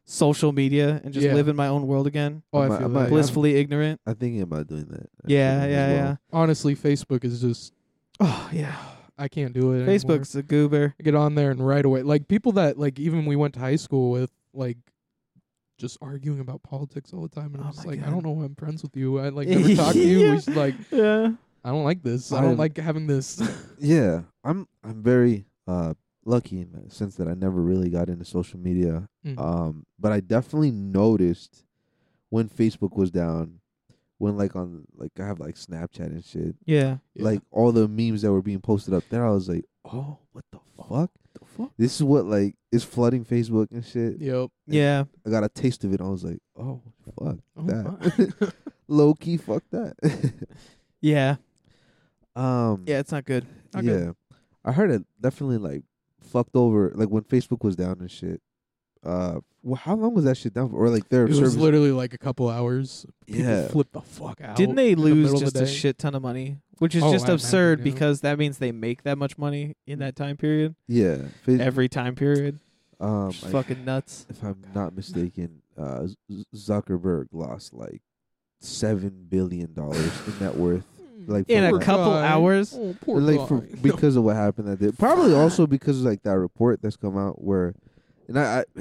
Speaker 1: social media and just
Speaker 3: Yeah.
Speaker 1: live in my own world again,
Speaker 3: Oh, I
Speaker 2: I'm a-
Speaker 3: feel
Speaker 2: I'm a-
Speaker 3: that.
Speaker 2: I'm-
Speaker 1: blissfully ignorant.
Speaker 2: I'm thinking about doing that. actually,
Speaker 1: Yeah,
Speaker 2: as
Speaker 1: yeah,
Speaker 2: well.
Speaker 1: yeah.
Speaker 3: Honestly, Facebook is just.
Speaker 1: Oh, yeah.
Speaker 3: I can't do it. anymore.
Speaker 1: Facebook's a goober.
Speaker 3: I get on there and right away, like people that like even we went to high school with, like just arguing about politics all the time, and
Speaker 1: Oh
Speaker 3: I'm just
Speaker 1: my
Speaker 3: like, I
Speaker 1: God.
Speaker 3: don't know why I'm friends with you.
Speaker 1: [laughs]
Speaker 3: I like never talk to you.
Speaker 1: Yeah.
Speaker 3: We
Speaker 1: [laughs]
Speaker 3: should, like,
Speaker 1: Yeah.
Speaker 3: I don't like this. I
Speaker 2: I'm-
Speaker 3: don't like
Speaker 1: [laughs]
Speaker 3: having this.
Speaker 2: Yeah, I'm I'm very uh lucky in the sense that I never really got into social media.
Speaker 3: Mm.
Speaker 1: Uh,
Speaker 2: Um, but I definitely noticed when Facebook was down, when like on like I have like Snapchat and shit,
Speaker 1: Yeah.
Speaker 3: Yeah.
Speaker 2: like all the memes that were being posted up there. I was like, oh, what the fuck?
Speaker 1: The fuck?
Speaker 2: This is what like is flooding Facebook and shit.
Speaker 3: yep.
Speaker 1: Yeah.
Speaker 2: I got a taste of it. I was like, oh fuck
Speaker 3: Oh
Speaker 2: that,
Speaker 1: [laughs]
Speaker 2: low key fuck that. [laughs]
Speaker 1: Yeah.
Speaker 2: um,
Speaker 1: Yeah, it's not good.
Speaker 3: Not
Speaker 2: yeah,
Speaker 3: good.
Speaker 2: I heard it definitely like fucked over like when Facebook was down and shit. Uh, well, how long was that shit down for? Or like their
Speaker 3: [laughs] It was
Speaker 2: service?
Speaker 3: literally like a couple hours. People
Speaker 2: yeah,
Speaker 3: flip the fuck out.
Speaker 1: Didn't they
Speaker 3: in the middle
Speaker 1: lose
Speaker 3: of the
Speaker 1: just a
Speaker 3: day.
Speaker 1: shit ton of money? Which is
Speaker 3: Oh,
Speaker 1: just
Speaker 3: I imagine,
Speaker 1: absurd
Speaker 3: yeah.
Speaker 1: because that means they make that much money in that time period.
Speaker 2: yeah. Fa-
Speaker 1: Every time period.
Speaker 2: um,
Speaker 1: Just
Speaker 2: I-
Speaker 1: fucking nuts.
Speaker 2: if I'm not mistaken, uh, Z- Zuckerberg lost like seven billion dollars in net worth, like
Speaker 1: In
Speaker 2: from
Speaker 1: a
Speaker 2: that-
Speaker 1: couple
Speaker 3: Mm. guy.
Speaker 1: hours?
Speaker 3: Oh, poor
Speaker 2: like for,
Speaker 3: guy. [laughs]
Speaker 2: because of what happened that day. Probably also because of like that report that's come out where, and I, [sighs] I,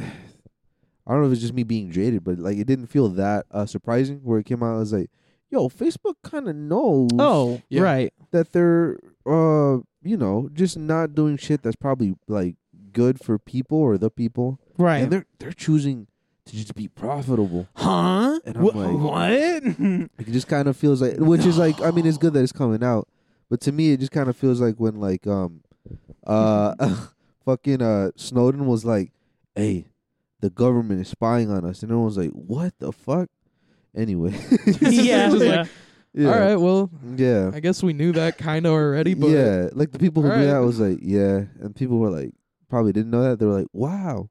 Speaker 2: I don't know if it's just me being jaded, but like it didn't feel that uh, surprising where it came out. I was like, yo, Facebook kind of knows
Speaker 1: Oh,
Speaker 3: Yeah.
Speaker 1: right.
Speaker 2: that they're, uh, you know, just not doing shit that's probably like good for people or the people,
Speaker 1: Right.
Speaker 2: and they're they're choosing to just be profitable.
Speaker 1: Huh?
Speaker 2: And I'm
Speaker 1: Wh-
Speaker 2: [laughs]
Speaker 1: what?
Speaker 2: It just kind of feels like, which is like, I mean, it's good that it's coming out, but to me, it just kind of feels like when like um, uh, [laughs] fucking uh, Snowden was like, "Hey, the government is spying on us," and everyone's like, "What the fuck?" Anyway, [laughs]
Speaker 1: [laughs] yeah.
Speaker 3: Just
Speaker 1: yeah.
Speaker 3: like,
Speaker 2: yeah,
Speaker 3: All
Speaker 1: [laughs]
Speaker 3: right. Well,
Speaker 2: yeah,
Speaker 3: I guess we knew that kind of already, but
Speaker 2: yeah. Like the people who
Speaker 3: All
Speaker 2: knew
Speaker 3: right.
Speaker 2: that was like, yeah, and people were like, probably didn't know that. They were like, "Wow."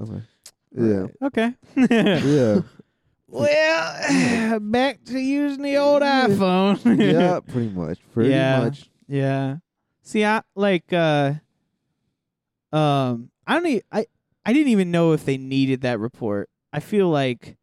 Speaker 2: Okay. Yeah, [laughs]
Speaker 1: Okay.
Speaker 3: [laughs]
Speaker 2: yeah,
Speaker 1: well, [sighs] back to using the old iPhone. [laughs]
Speaker 2: yeah. Pretty much, pretty
Speaker 1: Yeah.
Speaker 2: much.
Speaker 1: Yeah. See, I like uh um I don't e- I I didn't even know if they needed that report. I feel like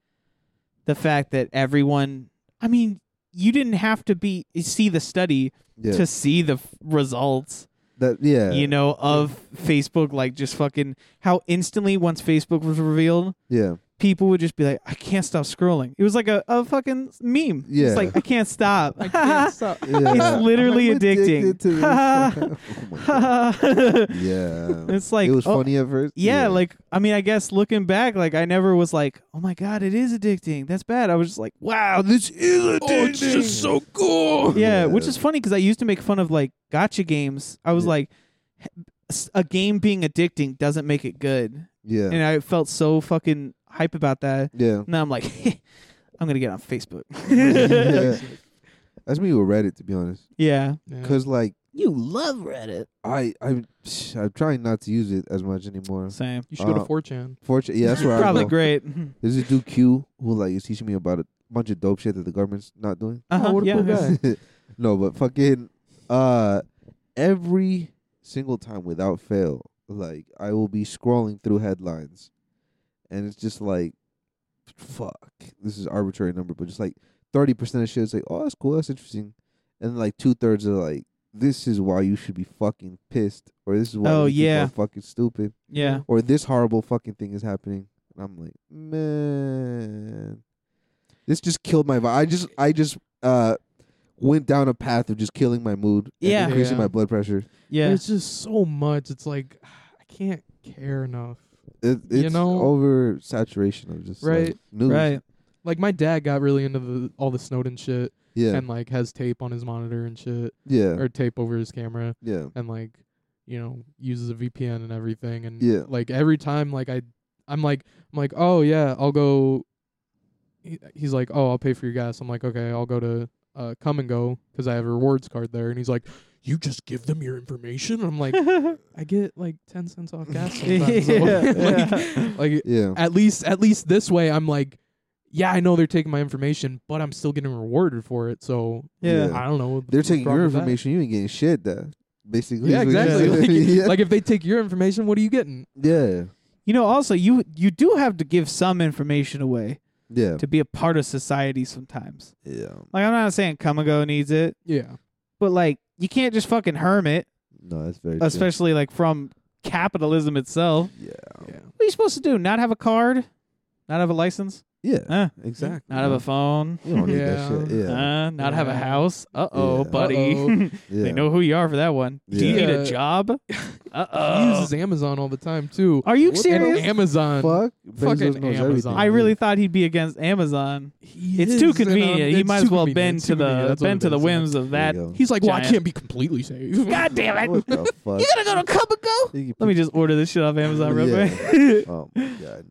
Speaker 1: the fact that everyone I mean, you didn't have to be see the study
Speaker 2: Yeah,
Speaker 1: to see the f- results,
Speaker 2: that. Yeah,
Speaker 1: you know, of Facebook like just fucking how instantly once Facebook was revealed,
Speaker 2: yeah,
Speaker 1: people would just be like, I can't stop scrolling. It was like a, a fucking meme.
Speaker 2: Yeah.
Speaker 1: It's like I can't
Speaker 3: [laughs]
Speaker 1: stop. [laughs]
Speaker 3: I can't stop.
Speaker 2: yeah.
Speaker 1: It's literally
Speaker 2: I'm addicted
Speaker 1: addicting. [laughs]
Speaker 2: to this.
Speaker 1: Ha.
Speaker 2: Oh [laughs] my God. yeah.
Speaker 1: it's like
Speaker 2: it was
Speaker 1: oh,
Speaker 2: funny at first.
Speaker 1: Yeah, like I mean, I guess looking back, like I never was like, oh my god, it is addicting. That's bad. I was just like, wow, Oh, this is addicting.
Speaker 2: [laughs]
Speaker 3: Oh, so cool.
Speaker 1: yeah,
Speaker 2: Yeah.
Speaker 1: which is funny because I used to make fun of like gotcha games. I was
Speaker 2: Yeah.
Speaker 1: like, "S- a game being addicting doesn't make it good,
Speaker 2: yeah.
Speaker 1: and I felt so fucking hype about that.
Speaker 2: yeah.
Speaker 1: Now I'm like, [laughs] I'm gonna [laughs] get on Facebook.
Speaker 2: Yeah. That's me with Reddit to be honest.
Speaker 1: yeah,
Speaker 2: Cause like
Speaker 1: You love Reddit.
Speaker 2: I I'm I'm trying not to use it as much anymore.
Speaker 1: Same.
Speaker 3: You should go
Speaker 2: Uh,
Speaker 3: to 4chan.
Speaker 2: Fortunately, yeah, that's where
Speaker 1: Probably
Speaker 2: I go.
Speaker 1: great. [laughs]
Speaker 2: There's a dude Q who like is teaching me about a bunch of dope shit that the government's not doing.
Speaker 1: Uh-huh,
Speaker 3: Oh, what a
Speaker 1: yeah,
Speaker 3: cool
Speaker 1: yeah.
Speaker 3: guy.
Speaker 2: [laughs]
Speaker 1: [laughs]
Speaker 2: no, but fucking uh every single time without fail, like I will be scrolling through headlines and it's just like fuck. This is arbitrary number, but just like thirty percent of shit is like, oh that's cool, that's interesting. And like two thirds are like, this is why you should be fucking pissed or this is why
Speaker 1: Oh,
Speaker 2: you people
Speaker 1: yeah.
Speaker 2: are fucking stupid
Speaker 1: Yeah.
Speaker 2: or this horrible fucking thing is happening. And I'm like, man, this just killed my vibe. I just, I just, uh, went down a path of just killing my mood, and
Speaker 1: Yeah.
Speaker 2: increasing
Speaker 3: Yeah.
Speaker 2: my blood pressure.
Speaker 1: Yeah.
Speaker 3: There's just so much. It's like [sighs] I can't care enough.
Speaker 2: It, it's
Speaker 3: You know?
Speaker 2: over saturation of just like,
Speaker 3: Right.
Speaker 2: news.
Speaker 1: Right.
Speaker 3: Like my dad got really into the all the Snowden shit
Speaker 2: Yeah,
Speaker 3: and like has tape on his monitor and shit
Speaker 2: yeah,
Speaker 3: or tape over his camera
Speaker 2: yeah,
Speaker 3: and like you know uses a VPN and everything and
Speaker 2: Yeah.
Speaker 3: like every time like I I'm like I'm like oh yeah I'll go he, he's like oh I'll pay for your gas I'm like okay I'll go to uh come and go cuz I have a rewards card there and he's like you just give them your information I'm like
Speaker 1: [laughs]
Speaker 3: I get like 10 cents off [laughs] gas sometimes.
Speaker 1: [laughs]
Speaker 3: so, like,
Speaker 1: yeah.
Speaker 3: [laughs] like
Speaker 2: yeah,
Speaker 3: at least at least this way I'm like yeah, I know they're taking my information, but I'm still getting rewarded for it. So [laughs]
Speaker 1: Yeah.
Speaker 3: I don't know. what the
Speaker 2: They're
Speaker 3: fuck's
Speaker 2: taking
Speaker 3: wrong
Speaker 2: your
Speaker 3: with that.
Speaker 2: information. You ain't getting shit. That basically.
Speaker 3: Yeah,
Speaker 2: is what you're [laughs]
Speaker 3: exactly. Like,
Speaker 2: saying. yeah.
Speaker 3: like if they take your information, what are you getting?
Speaker 2: yeah,
Speaker 1: You know, also you you do have to give some information away
Speaker 2: yeah,
Speaker 1: to be a part of society sometimes.
Speaker 2: yeah.
Speaker 1: Like I'm not saying come and go needs it,
Speaker 3: Yeah.
Speaker 1: but like you can't just fucking hermit,
Speaker 2: No, that's very. true.
Speaker 1: especially like from capitalism itself.
Speaker 2: Yeah,
Speaker 3: Yeah.
Speaker 1: What are you supposed to do? Not have a card? Not have a license?
Speaker 2: yeah,
Speaker 3: Eh.
Speaker 1: Huh?
Speaker 2: exactly.
Speaker 1: Not have a phone?
Speaker 2: You don't need
Speaker 3: Yeah.
Speaker 2: that shit. Yeah,
Speaker 1: Uh, not have a
Speaker 3: Yeah.
Speaker 1: house? Uh oh,
Speaker 2: Yeah.
Speaker 1: buddy.
Speaker 3: Uh-oh.
Speaker 2: yeah.
Speaker 1: [laughs] They know who you are for that one. Do you
Speaker 2: Yeah.
Speaker 1: need a
Speaker 3: Yeah. [laughs]
Speaker 1: job? uh
Speaker 3: He
Speaker 1: oh.
Speaker 3: uses Amazon all the time too.
Speaker 1: Are you
Speaker 2: What the
Speaker 1: serious?
Speaker 3: And Amazon.
Speaker 2: Fuck,
Speaker 3: Fucking
Speaker 2: Bezos knows
Speaker 3: Amazon.
Speaker 2: everything.
Speaker 1: I really thought he'd be against Amazon.
Speaker 3: He
Speaker 1: It's
Speaker 3: is,
Speaker 1: too
Speaker 3: and, uh,
Speaker 1: convenient. He
Speaker 3: it's
Speaker 1: might
Speaker 3: too
Speaker 1: as well
Speaker 3: convenient.
Speaker 1: bend
Speaker 3: It's
Speaker 1: to
Speaker 3: too convenient.
Speaker 1: the
Speaker 3: That's what
Speaker 1: bend
Speaker 3: it
Speaker 1: to the
Speaker 3: is, yeah.
Speaker 1: whims of that.
Speaker 2: There you go.
Speaker 3: He's like, well, I
Speaker 1: Giant.
Speaker 3: can't be completely
Speaker 1: [laughs]
Speaker 3: safe.
Speaker 1: God damn it!
Speaker 2: [laughs] What the fuck?
Speaker 1: You gotta go to Cup and Go.
Speaker 2: You can
Speaker 1: Let me just order this shit off Amazon real
Speaker 2: Yeah.
Speaker 1: quick. [laughs]
Speaker 2: pick- Oh my god.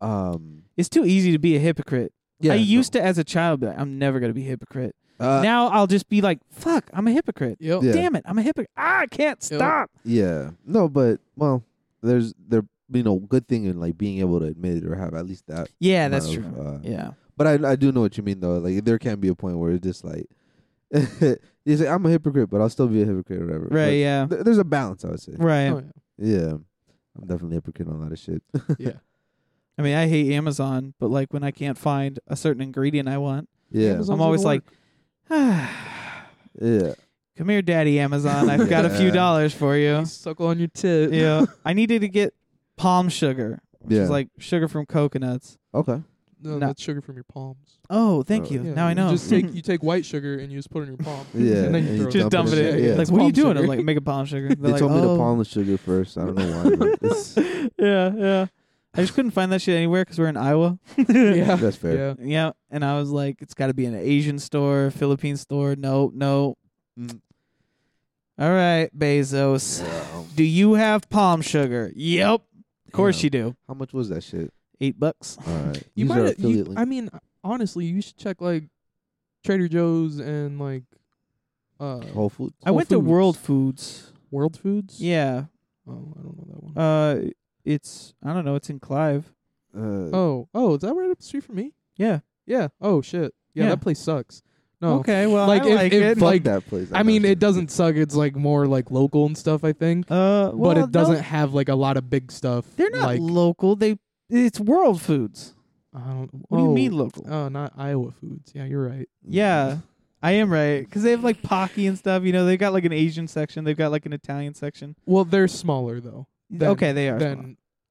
Speaker 2: Um.
Speaker 1: it's too easy to be a hypocrite.
Speaker 2: Yeah.
Speaker 1: I used to, as a child, be like, I'm never gonna be a hypocrite.
Speaker 2: to. Uh,
Speaker 1: now I'll just be like, fuck, I'm a hypocrite.
Speaker 3: Yep.
Speaker 2: Yeah.
Speaker 1: Damn it, I'm a hypocrite. Ah, I can't
Speaker 3: Yep.
Speaker 1: stop.
Speaker 2: yeah. No, but well, there's there you know good thing in like being able to admit it or have at least that.
Speaker 1: Yeah, that's
Speaker 2: amount
Speaker 1: true.
Speaker 2: of, Uh,
Speaker 1: Yeah.
Speaker 2: But I I do know what you mean though. Like there can be a point where it's just like. [laughs] you say I'm a hypocrite, but I'll still be a hypocrite or whatever.
Speaker 1: Right.
Speaker 2: But
Speaker 1: Yeah.
Speaker 2: th- there's a balance, I would say.
Speaker 1: Right.
Speaker 3: Oh, yeah.
Speaker 2: Yeah, I'm definitely a hypocrite on a lot of shit. [laughs]
Speaker 1: I mean, I hate Amazon, but like when I can't find a certain ingredient I want,
Speaker 2: yeah,
Speaker 3: Amazon's
Speaker 1: I'm always
Speaker 3: gonna
Speaker 1: like,
Speaker 3: work.
Speaker 1: ah,
Speaker 2: yeah.
Speaker 1: come here, Daddy Amazon. I've got a few
Speaker 2: Yeah.
Speaker 1: dollars for you.
Speaker 3: You suckle on your tit.
Speaker 1: Yeah. I needed to get palm sugar, which
Speaker 2: Yeah.
Speaker 1: is like sugar from coconuts.
Speaker 2: Okay.
Speaker 1: No.
Speaker 3: No, that's sugar from your palms.
Speaker 1: Oh, thank
Speaker 2: Oh,
Speaker 1: you.
Speaker 3: Yeah,
Speaker 1: Now I know.
Speaker 3: You
Speaker 1: [laughs]
Speaker 3: just take you take white sugar and you just put it in your palm.
Speaker 2: Yeah,
Speaker 3: And then
Speaker 2: and
Speaker 3: you
Speaker 2: you
Speaker 3: throw
Speaker 1: just
Speaker 3: it. in.
Speaker 1: dump it in.
Speaker 2: Yeah, yeah.
Speaker 1: Like, what are you
Speaker 3: Palm
Speaker 1: doing?
Speaker 3: sugar.
Speaker 1: I'm like, make a palm sugar.
Speaker 2: They
Speaker 1: They're like,
Speaker 2: told me
Speaker 1: "Oh."
Speaker 2: to palm the sugar first. I don't know why.
Speaker 3: [laughs]
Speaker 2: But
Speaker 1: [laughs]
Speaker 2: it's,
Speaker 1: Yeah, yeah. I just couldn't find that shit anywhere because we're in Iowa. [laughs]
Speaker 3: yeah.
Speaker 2: That's fair.
Speaker 3: Yeah.
Speaker 1: Yeah, and I was like, it's got to be an Asian store, Philippine store. No, no.
Speaker 2: Mm.
Speaker 1: All right, Bezos.
Speaker 2: Wow.
Speaker 1: Do you have palm sugar? Yep. Of course
Speaker 2: Damn.
Speaker 1: you do.
Speaker 2: How much was that shit?
Speaker 1: Eight bucks.
Speaker 2: All right.
Speaker 3: You
Speaker 2: Use our
Speaker 3: might.
Speaker 2: affiliate
Speaker 3: You,
Speaker 2: link.
Speaker 3: I mean, honestly, you should check like Trader Joe's and like uh
Speaker 2: Whole Foods.
Speaker 1: I
Speaker 3: Whole
Speaker 1: went to
Speaker 3: Foods.
Speaker 1: World Foods.
Speaker 3: World Foods.
Speaker 1: Yeah.
Speaker 3: Oh, I don't know that one.
Speaker 1: Uh, it's I don't know. It's in Clive.
Speaker 2: Uh,
Speaker 3: oh, oh, is that right up the street from me?
Speaker 1: Yeah.
Speaker 3: Yeah. Oh shit. Yeah,
Speaker 1: Yeah.
Speaker 3: that place sucks. No.
Speaker 1: Okay. Well,
Speaker 3: Oh. Like,
Speaker 1: I
Speaker 3: if-
Speaker 1: like
Speaker 3: if
Speaker 1: it. Uh,
Speaker 2: fuck
Speaker 3: like-
Speaker 2: that place.
Speaker 3: I mean, it doesn't suck. It's like more like local and stuff. I think.
Speaker 1: uh, well,
Speaker 3: but it doesn't
Speaker 1: No,
Speaker 3: have like a lot of big stuff.
Speaker 1: they're not
Speaker 3: like
Speaker 1: local. They it's World Foods.
Speaker 3: I don't,
Speaker 1: What do
Speaker 3: oh,
Speaker 1: you mean local?
Speaker 3: Oh, not Iowa foods. Yeah, you're right.
Speaker 1: Yeah,
Speaker 2: Mm-hmm.
Speaker 1: I am right because they have like Pocky and stuff. You know, they've got like an Asian section, they've got like an Italian section.
Speaker 3: Well, they're smaller though. Then-
Speaker 1: okay, they are.
Speaker 3: Then
Speaker 1: small.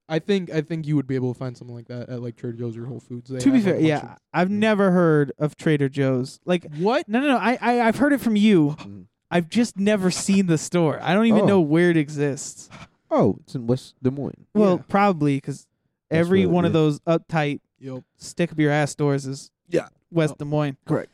Speaker 3: I think I think you would be able to find something like that at like Trader Joe's or Whole Foods. They
Speaker 1: To be
Speaker 3: have, like,
Speaker 1: fair,
Speaker 3: a bunch
Speaker 1: yeah, I've
Speaker 2: Mm.
Speaker 1: never heard of Trader Joe's. Like,
Speaker 3: of- What?
Speaker 1: no, no, no. I, I I've heard it from you.
Speaker 2: Mm.
Speaker 1: I've just never seen the store. I don't even
Speaker 2: Oh.
Speaker 1: know where it exists.
Speaker 2: Oh, it's in West Des Moines.
Speaker 1: Well,
Speaker 3: Yeah.
Speaker 1: probably because
Speaker 2: That's
Speaker 1: every
Speaker 2: where it
Speaker 1: one of those
Speaker 2: is.
Speaker 1: uptight,
Speaker 3: Yep.
Speaker 1: stick up your ass stores is
Speaker 2: Yeah.
Speaker 1: West
Speaker 3: Oh.
Speaker 1: Des Moines.
Speaker 2: Correct.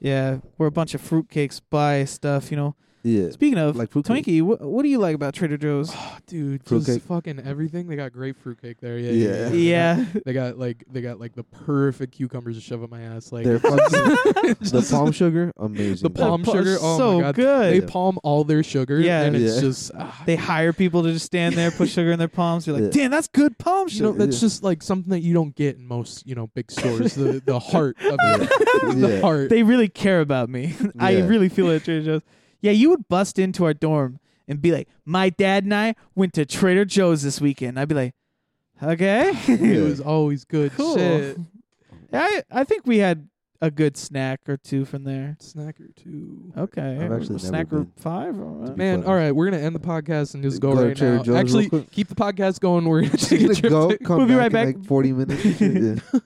Speaker 1: Yeah, we're a bunch of fruitcakes buy stuff. You know,
Speaker 2: Yeah.
Speaker 1: Speaking of
Speaker 2: Like fruitcake.
Speaker 1: Twinkie, wh- what do you like about Trader Joe's?
Speaker 3: Oh, dude,
Speaker 2: Fruitcake.
Speaker 3: just fucking everything. They got great fruitcake there. Yeah, yeah.
Speaker 2: [sighs] Yeah.
Speaker 1: yeah,
Speaker 2: [laughs]
Speaker 3: They got like they got like the perfect cucumbers to shove up my ass. Like
Speaker 2: They're
Speaker 3: [laughs]
Speaker 2: fucking- the
Speaker 3: Just-
Speaker 2: palm sugar, amazing. [laughs]
Speaker 3: The palm
Speaker 1: pa-
Speaker 3: sugar. Oh
Speaker 1: so
Speaker 3: my god,
Speaker 1: good.
Speaker 3: they palm all their sugar.
Speaker 1: Yeah.
Speaker 3: and it's
Speaker 2: Yeah.
Speaker 3: just ah,
Speaker 1: they hire people to just stand there, put sugar in their palms. You're like,
Speaker 2: Yeah.
Speaker 1: damn, that's good palm
Speaker 3: you know
Speaker 1: sugar.
Speaker 2: Yeah.
Speaker 3: that's just like something that you don't get in most you know big stores. the the heart of it, [laughs] the
Speaker 2: Yeah.
Speaker 3: heart.
Speaker 1: They really care about me. [laughs] I
Speaker 2: Yeah.
Speaker 1: really feel it at Trader Joe's. Yeah, you would bust into our dorm and be like, my dad and I went to Trader Joe's this weekend. I'd be like, okay.
Speaker 3: it was always good
Speaker 1: Cool.
Speaker 3: shit.
Speaker 1: [laughs] I, I think we had a good snack or two from there.
Speaker 3: Snacker too.
Speaker 1: Okay.
Speaker 2: I've actually
Speaker 1: snack
Speaker 2: never
Speaker 1: or
Speaker 2: been.
Speaker 1: five? All right.
Speaker 3: Man,
Speaker 2: But-
Speaker 3: all right, we're gonna end the podcast and just go,
Speaker 2: Go to
Speaker 3: right
Speaker 2: Trader
Speaker 3: now.
Speaker 2: Joe's real
Speaker 3: Actually,
Speaker 2: quick.
Speaker 3: keep the podcast going.
Speaker 2: [laughs]
Speaker 3: We're gonna take a
Speaker 2: She's
Speaker 3: trip
Speaker 2: gonna go,
Speaker 3: to-
Speaker 2: come
Speaker 1: We'll be
Speaker 2: back
Speaker 1: right
Speaker 2: in
Speaker 1: back.
Speaker 2: like 40 minutes.
Speaker 3: [laughs]
Speaker 2: and shit, yeah.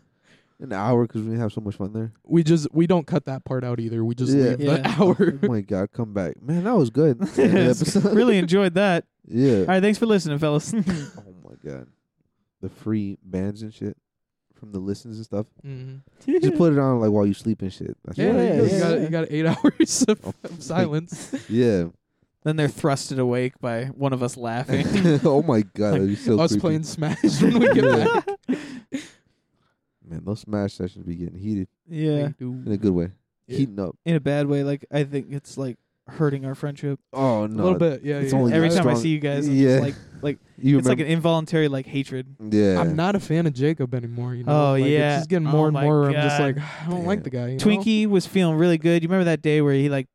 Speaker 2: An hour because we have so much fun there.
Speaker 3: We just we don't cut that part out either. We just
Speaker 2: Yeah.
Speaker 3: leave the
Speaker 1: Yeah.
Speaker 3: [laughs] hour.
Speaker 2: Oh my God, come back. Man, that was
Speaker 3: [laughs]
Speaker 2: good. Yeah, the
Speaker 1: [laughs]
Speaker 2: episode.
Speaker 1: really enjoyed that.
Speaker 2: Yeah.
Speaker 1: All right, thanks for listening,
Speaker 2: [laughs]
Speaker 1: fellas. [laughs]
Speaker 2: Oh my God. The free bands and shit from the listens and stuff.
Speaker 3: Mhm.
Speaker 2: Just put it on like while you sleep and shit. That's
Speaker 3: Yeah,
Speaker 2: right.
Speaker 3: you,
Speaker 1: yeah,
Speaker 3: got,
Speaker 1: yeah.
Speaker 3: you got eight [laughs] hours of,
Speaker 2: Oh,
Speaker 3: of silence. [laughs]
Speaker 2: yeah.
Speaker 1: then they're thrusted awake by one of us laughing.
Speaker 2: [laughs]
Speaker 1: [laughs]
Speaker 2: oh my god,
Speaker 3: Like,
Speaker 2: that'd be [laughs] so
Speaker 3: Us
Speaker 2: creepy.
Speaker 3: playing Smash
Speaker 2: [laughs]
Speaker 3: when we get
Speaker 2: Yeah.
Speaker 3: back.
Speaker 2: Man, those smash sessions be getting heated
Speaker 1: yeah.
Speaker 2: in a good way.
Speaker 3: Yeah.
Speaker 2: Heating up.
Speaker 1: In a bad way, like I think it's like hurting our friendship.
Speaker 2: Oh
Speaker 3: A
Speaker 2: no,
Speaker 3: little bit, yeah.
Speaker 2: it's
Speaker 3: yeah.
Speaker 2: only
Speaker 1: Every time I
Speaker 2: strong-
Speaker 1: see you guys, I'm
Speaker 2: Yeah.
Speaker 1: just like like
Speaker 2: You
Speaker 1: it's like
Speaker 2: remember?
Speaker 1: an involuntary like hatred.
Speaker 2: yeah.
Speaker 3: I'm not a fan of Jacob anymore. You know?
Speaker 1: Oh,
Speaker 3: like,
Speaker 1: yeah.
Speaker 3: it's just getting
Speaker 1: Oh,
Speaker 3: more and
Speaker 1: my
Speaker 3: more. I'm just
Speaker 1: God.
Speaker 3: like, I don't like the guy. You know?
Speaker 1: Twinkie was feeling really good. You remember that day where he like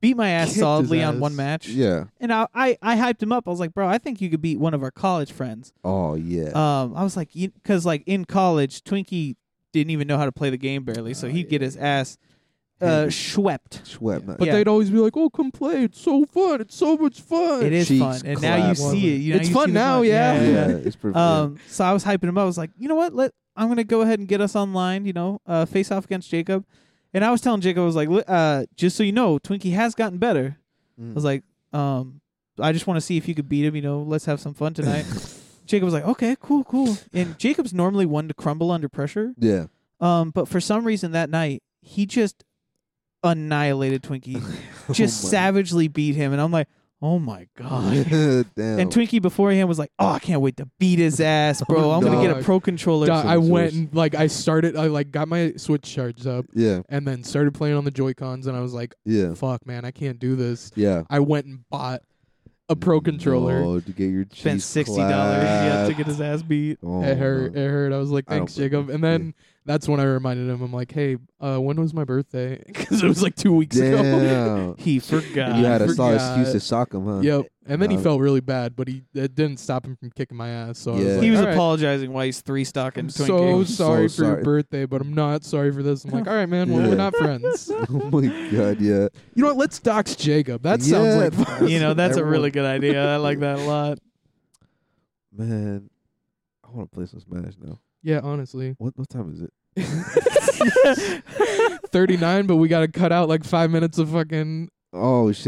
Speaker 1: beat my ass
Speaker 3: Kicked his
Speaker 1: solidly on
Speaker 3: ass.
Speaker 1: one match?
Speaker 2: Yeah.
Speaker 1: And I, I I hyped him up. I was like, bro, I think you could beat one of our college friends.
Speaker 2: Oh yeah.
Speaker 3: Uh,
Speaker 1: Um, I was like, because like in college, Twinkie didn't even know how to play the game barely, so
Speaker 2: Oh,
Speaker 1: he'd
Speaker 2: yeah.
Speaker 1: get his ass
Speaker 2: Yeah.
Speaker 1: uh, swept.
Speaker 2: Sweat.
Speaker 3: But
Speaker 1: Yeah.
Speaker 3: they'd always be like, "Oh, come play! It's so fun! It's so much fun!"
Speaker 1: It is
Speaker 2: cheeks
Speaker 1: fun, and now you
Speaker 2: clap.
Speaker 1: see it. You know,
Speaker 3: It's
Speaker 1: you
Speaker 3: fun
Speaker 1: see the
Speaker 3: now,
Speaker 1: fun.
Speaker 3: yeah.
Speaker 2: yeah,
Speaker 1: yeah.
Speaker 2: it's perfect.
Speaker 1: Um, so I was hyping him up. I was like, you know what? Let I'm gonna go ahead and get us online. You know, uh, face off against Jacob. And I was telling Jacob, I was like, "Li- uh, just so you know, Twinkie has gotten better.
Speaker 2: Mm.
Speaker 1: I
Speaker 2: Mm-hmm.
Speaker 1: was like, um, I just want to see if you could beat him. You know, let's have some fun tonight. Jacob was like, okay, cool, cool. And Jacob's normally one to crumble under pressure.
Speaker 2: [laughs]
Speaker 3: [laughs]
Speaker 2: yeah.
Speaker 1: Um, but for some reason that night he just annihilated Twinkie, just
Speaker 2: [laughs] Oh my-
Speaker 1: savagely beat him, and I'm like, oh
Speaker 2: [laughs]
Speaker 1: my god.
Speaker 2: Damn.
Speaker 1: And Twinkie beforehand was like, "Oh, I can't wait to beat
Speaker 2: [laughs]
Speaker 1: his
Speaker 2: Oh,
Speaker 1: ass, bro! I'm gonna get a
Speaker 3: Dog.
Speaker 1: pro controller."
Speaker 3: Duh, I
Speaker 2: Source.
Speaker 3: went and like I started. I like got my Switch charged up
Speaker 2: yeah.
Speaker 3: and then started playing on the Joy Cons, and I was like,
Speaker 2: Yeah.
Speaker 3: "Fuck, man, I can't do this."
Speaker 2: Yeah.
Speaker 3: I went and bought a pro controller.
Speaker 2: No, to get your
Speaker 1: Spent
Speaker 2: cheeks
Speaker 1: sixty dollars yeah, to
Speaker 2: clapped.
Speaker 1: get his ass beat. [laughs]
Speaker 2: Oh,
Speaker 3: it hurt. [laughs]
Speaker 2: no.
Speaker 3: It hurt. I was like,
Speaker 2: I don't
Speaker 3: "Thanks,
Speaker 2: blame
Speaker 3: Jacob."
Speaker 2: you.
Speaker 3: And then that's when I reminded him. I'm like, "Hey, uh, when was my birthday?" [laughs] Because it was like two weeks ago.
Speaker 2: Damn.
Speaker 1: He forgot.
Speaker 2: you had a
Speaker 3: I
Speaker 2: solid
Speaker 3: forgot.
Speaker 2: excuse to sock him, huh?
Speaker 3: [laughs] Yep. And then he
Speaker 2: No.
Speaker 3: felt really bad, but he it didn't stop him from kicking my ass. So
Speaker 2: Yeah.
Speaker 3: I was like,
Speaker 1: he was
Speaker 3: "All right,
Speaker 1: apologizing why he's three
Speaker 3: I'm
Speaker 1: stocking
Speaker 3: so [laughs]
Speaker 1: Twinkie.
Speaker 3: sorry
Speaker 2: So
Speaker 3: for your
Speaker 2: sorry.
Speaker 3: birthday, but I'm not sorry for this. I'm like, all right, man. Well,
Speaker 2: Yeah.
Speaker 3: we're
Speaker 2: [laughs]
Speaker 3: not friends.
Speaker 2: oh my god. Yeah.
Speaker 3: You know what? Let's dox Jacob. That sounds
Speaker 2: Yeah.
Speaker 3: like fun.
Speaker 1: you know that's a
Speaker 2: Everyone-
Speaker 1: really good idea. I like that a lot.
Speaker 2: Man, I want to play some Smash now.
Speaker 3: Yeah, honestly.
Speaker 2: What what time is it?
Speaker 3: 39, but we got to cut out like five minutes of fucking
Speaker 2: Oh shit.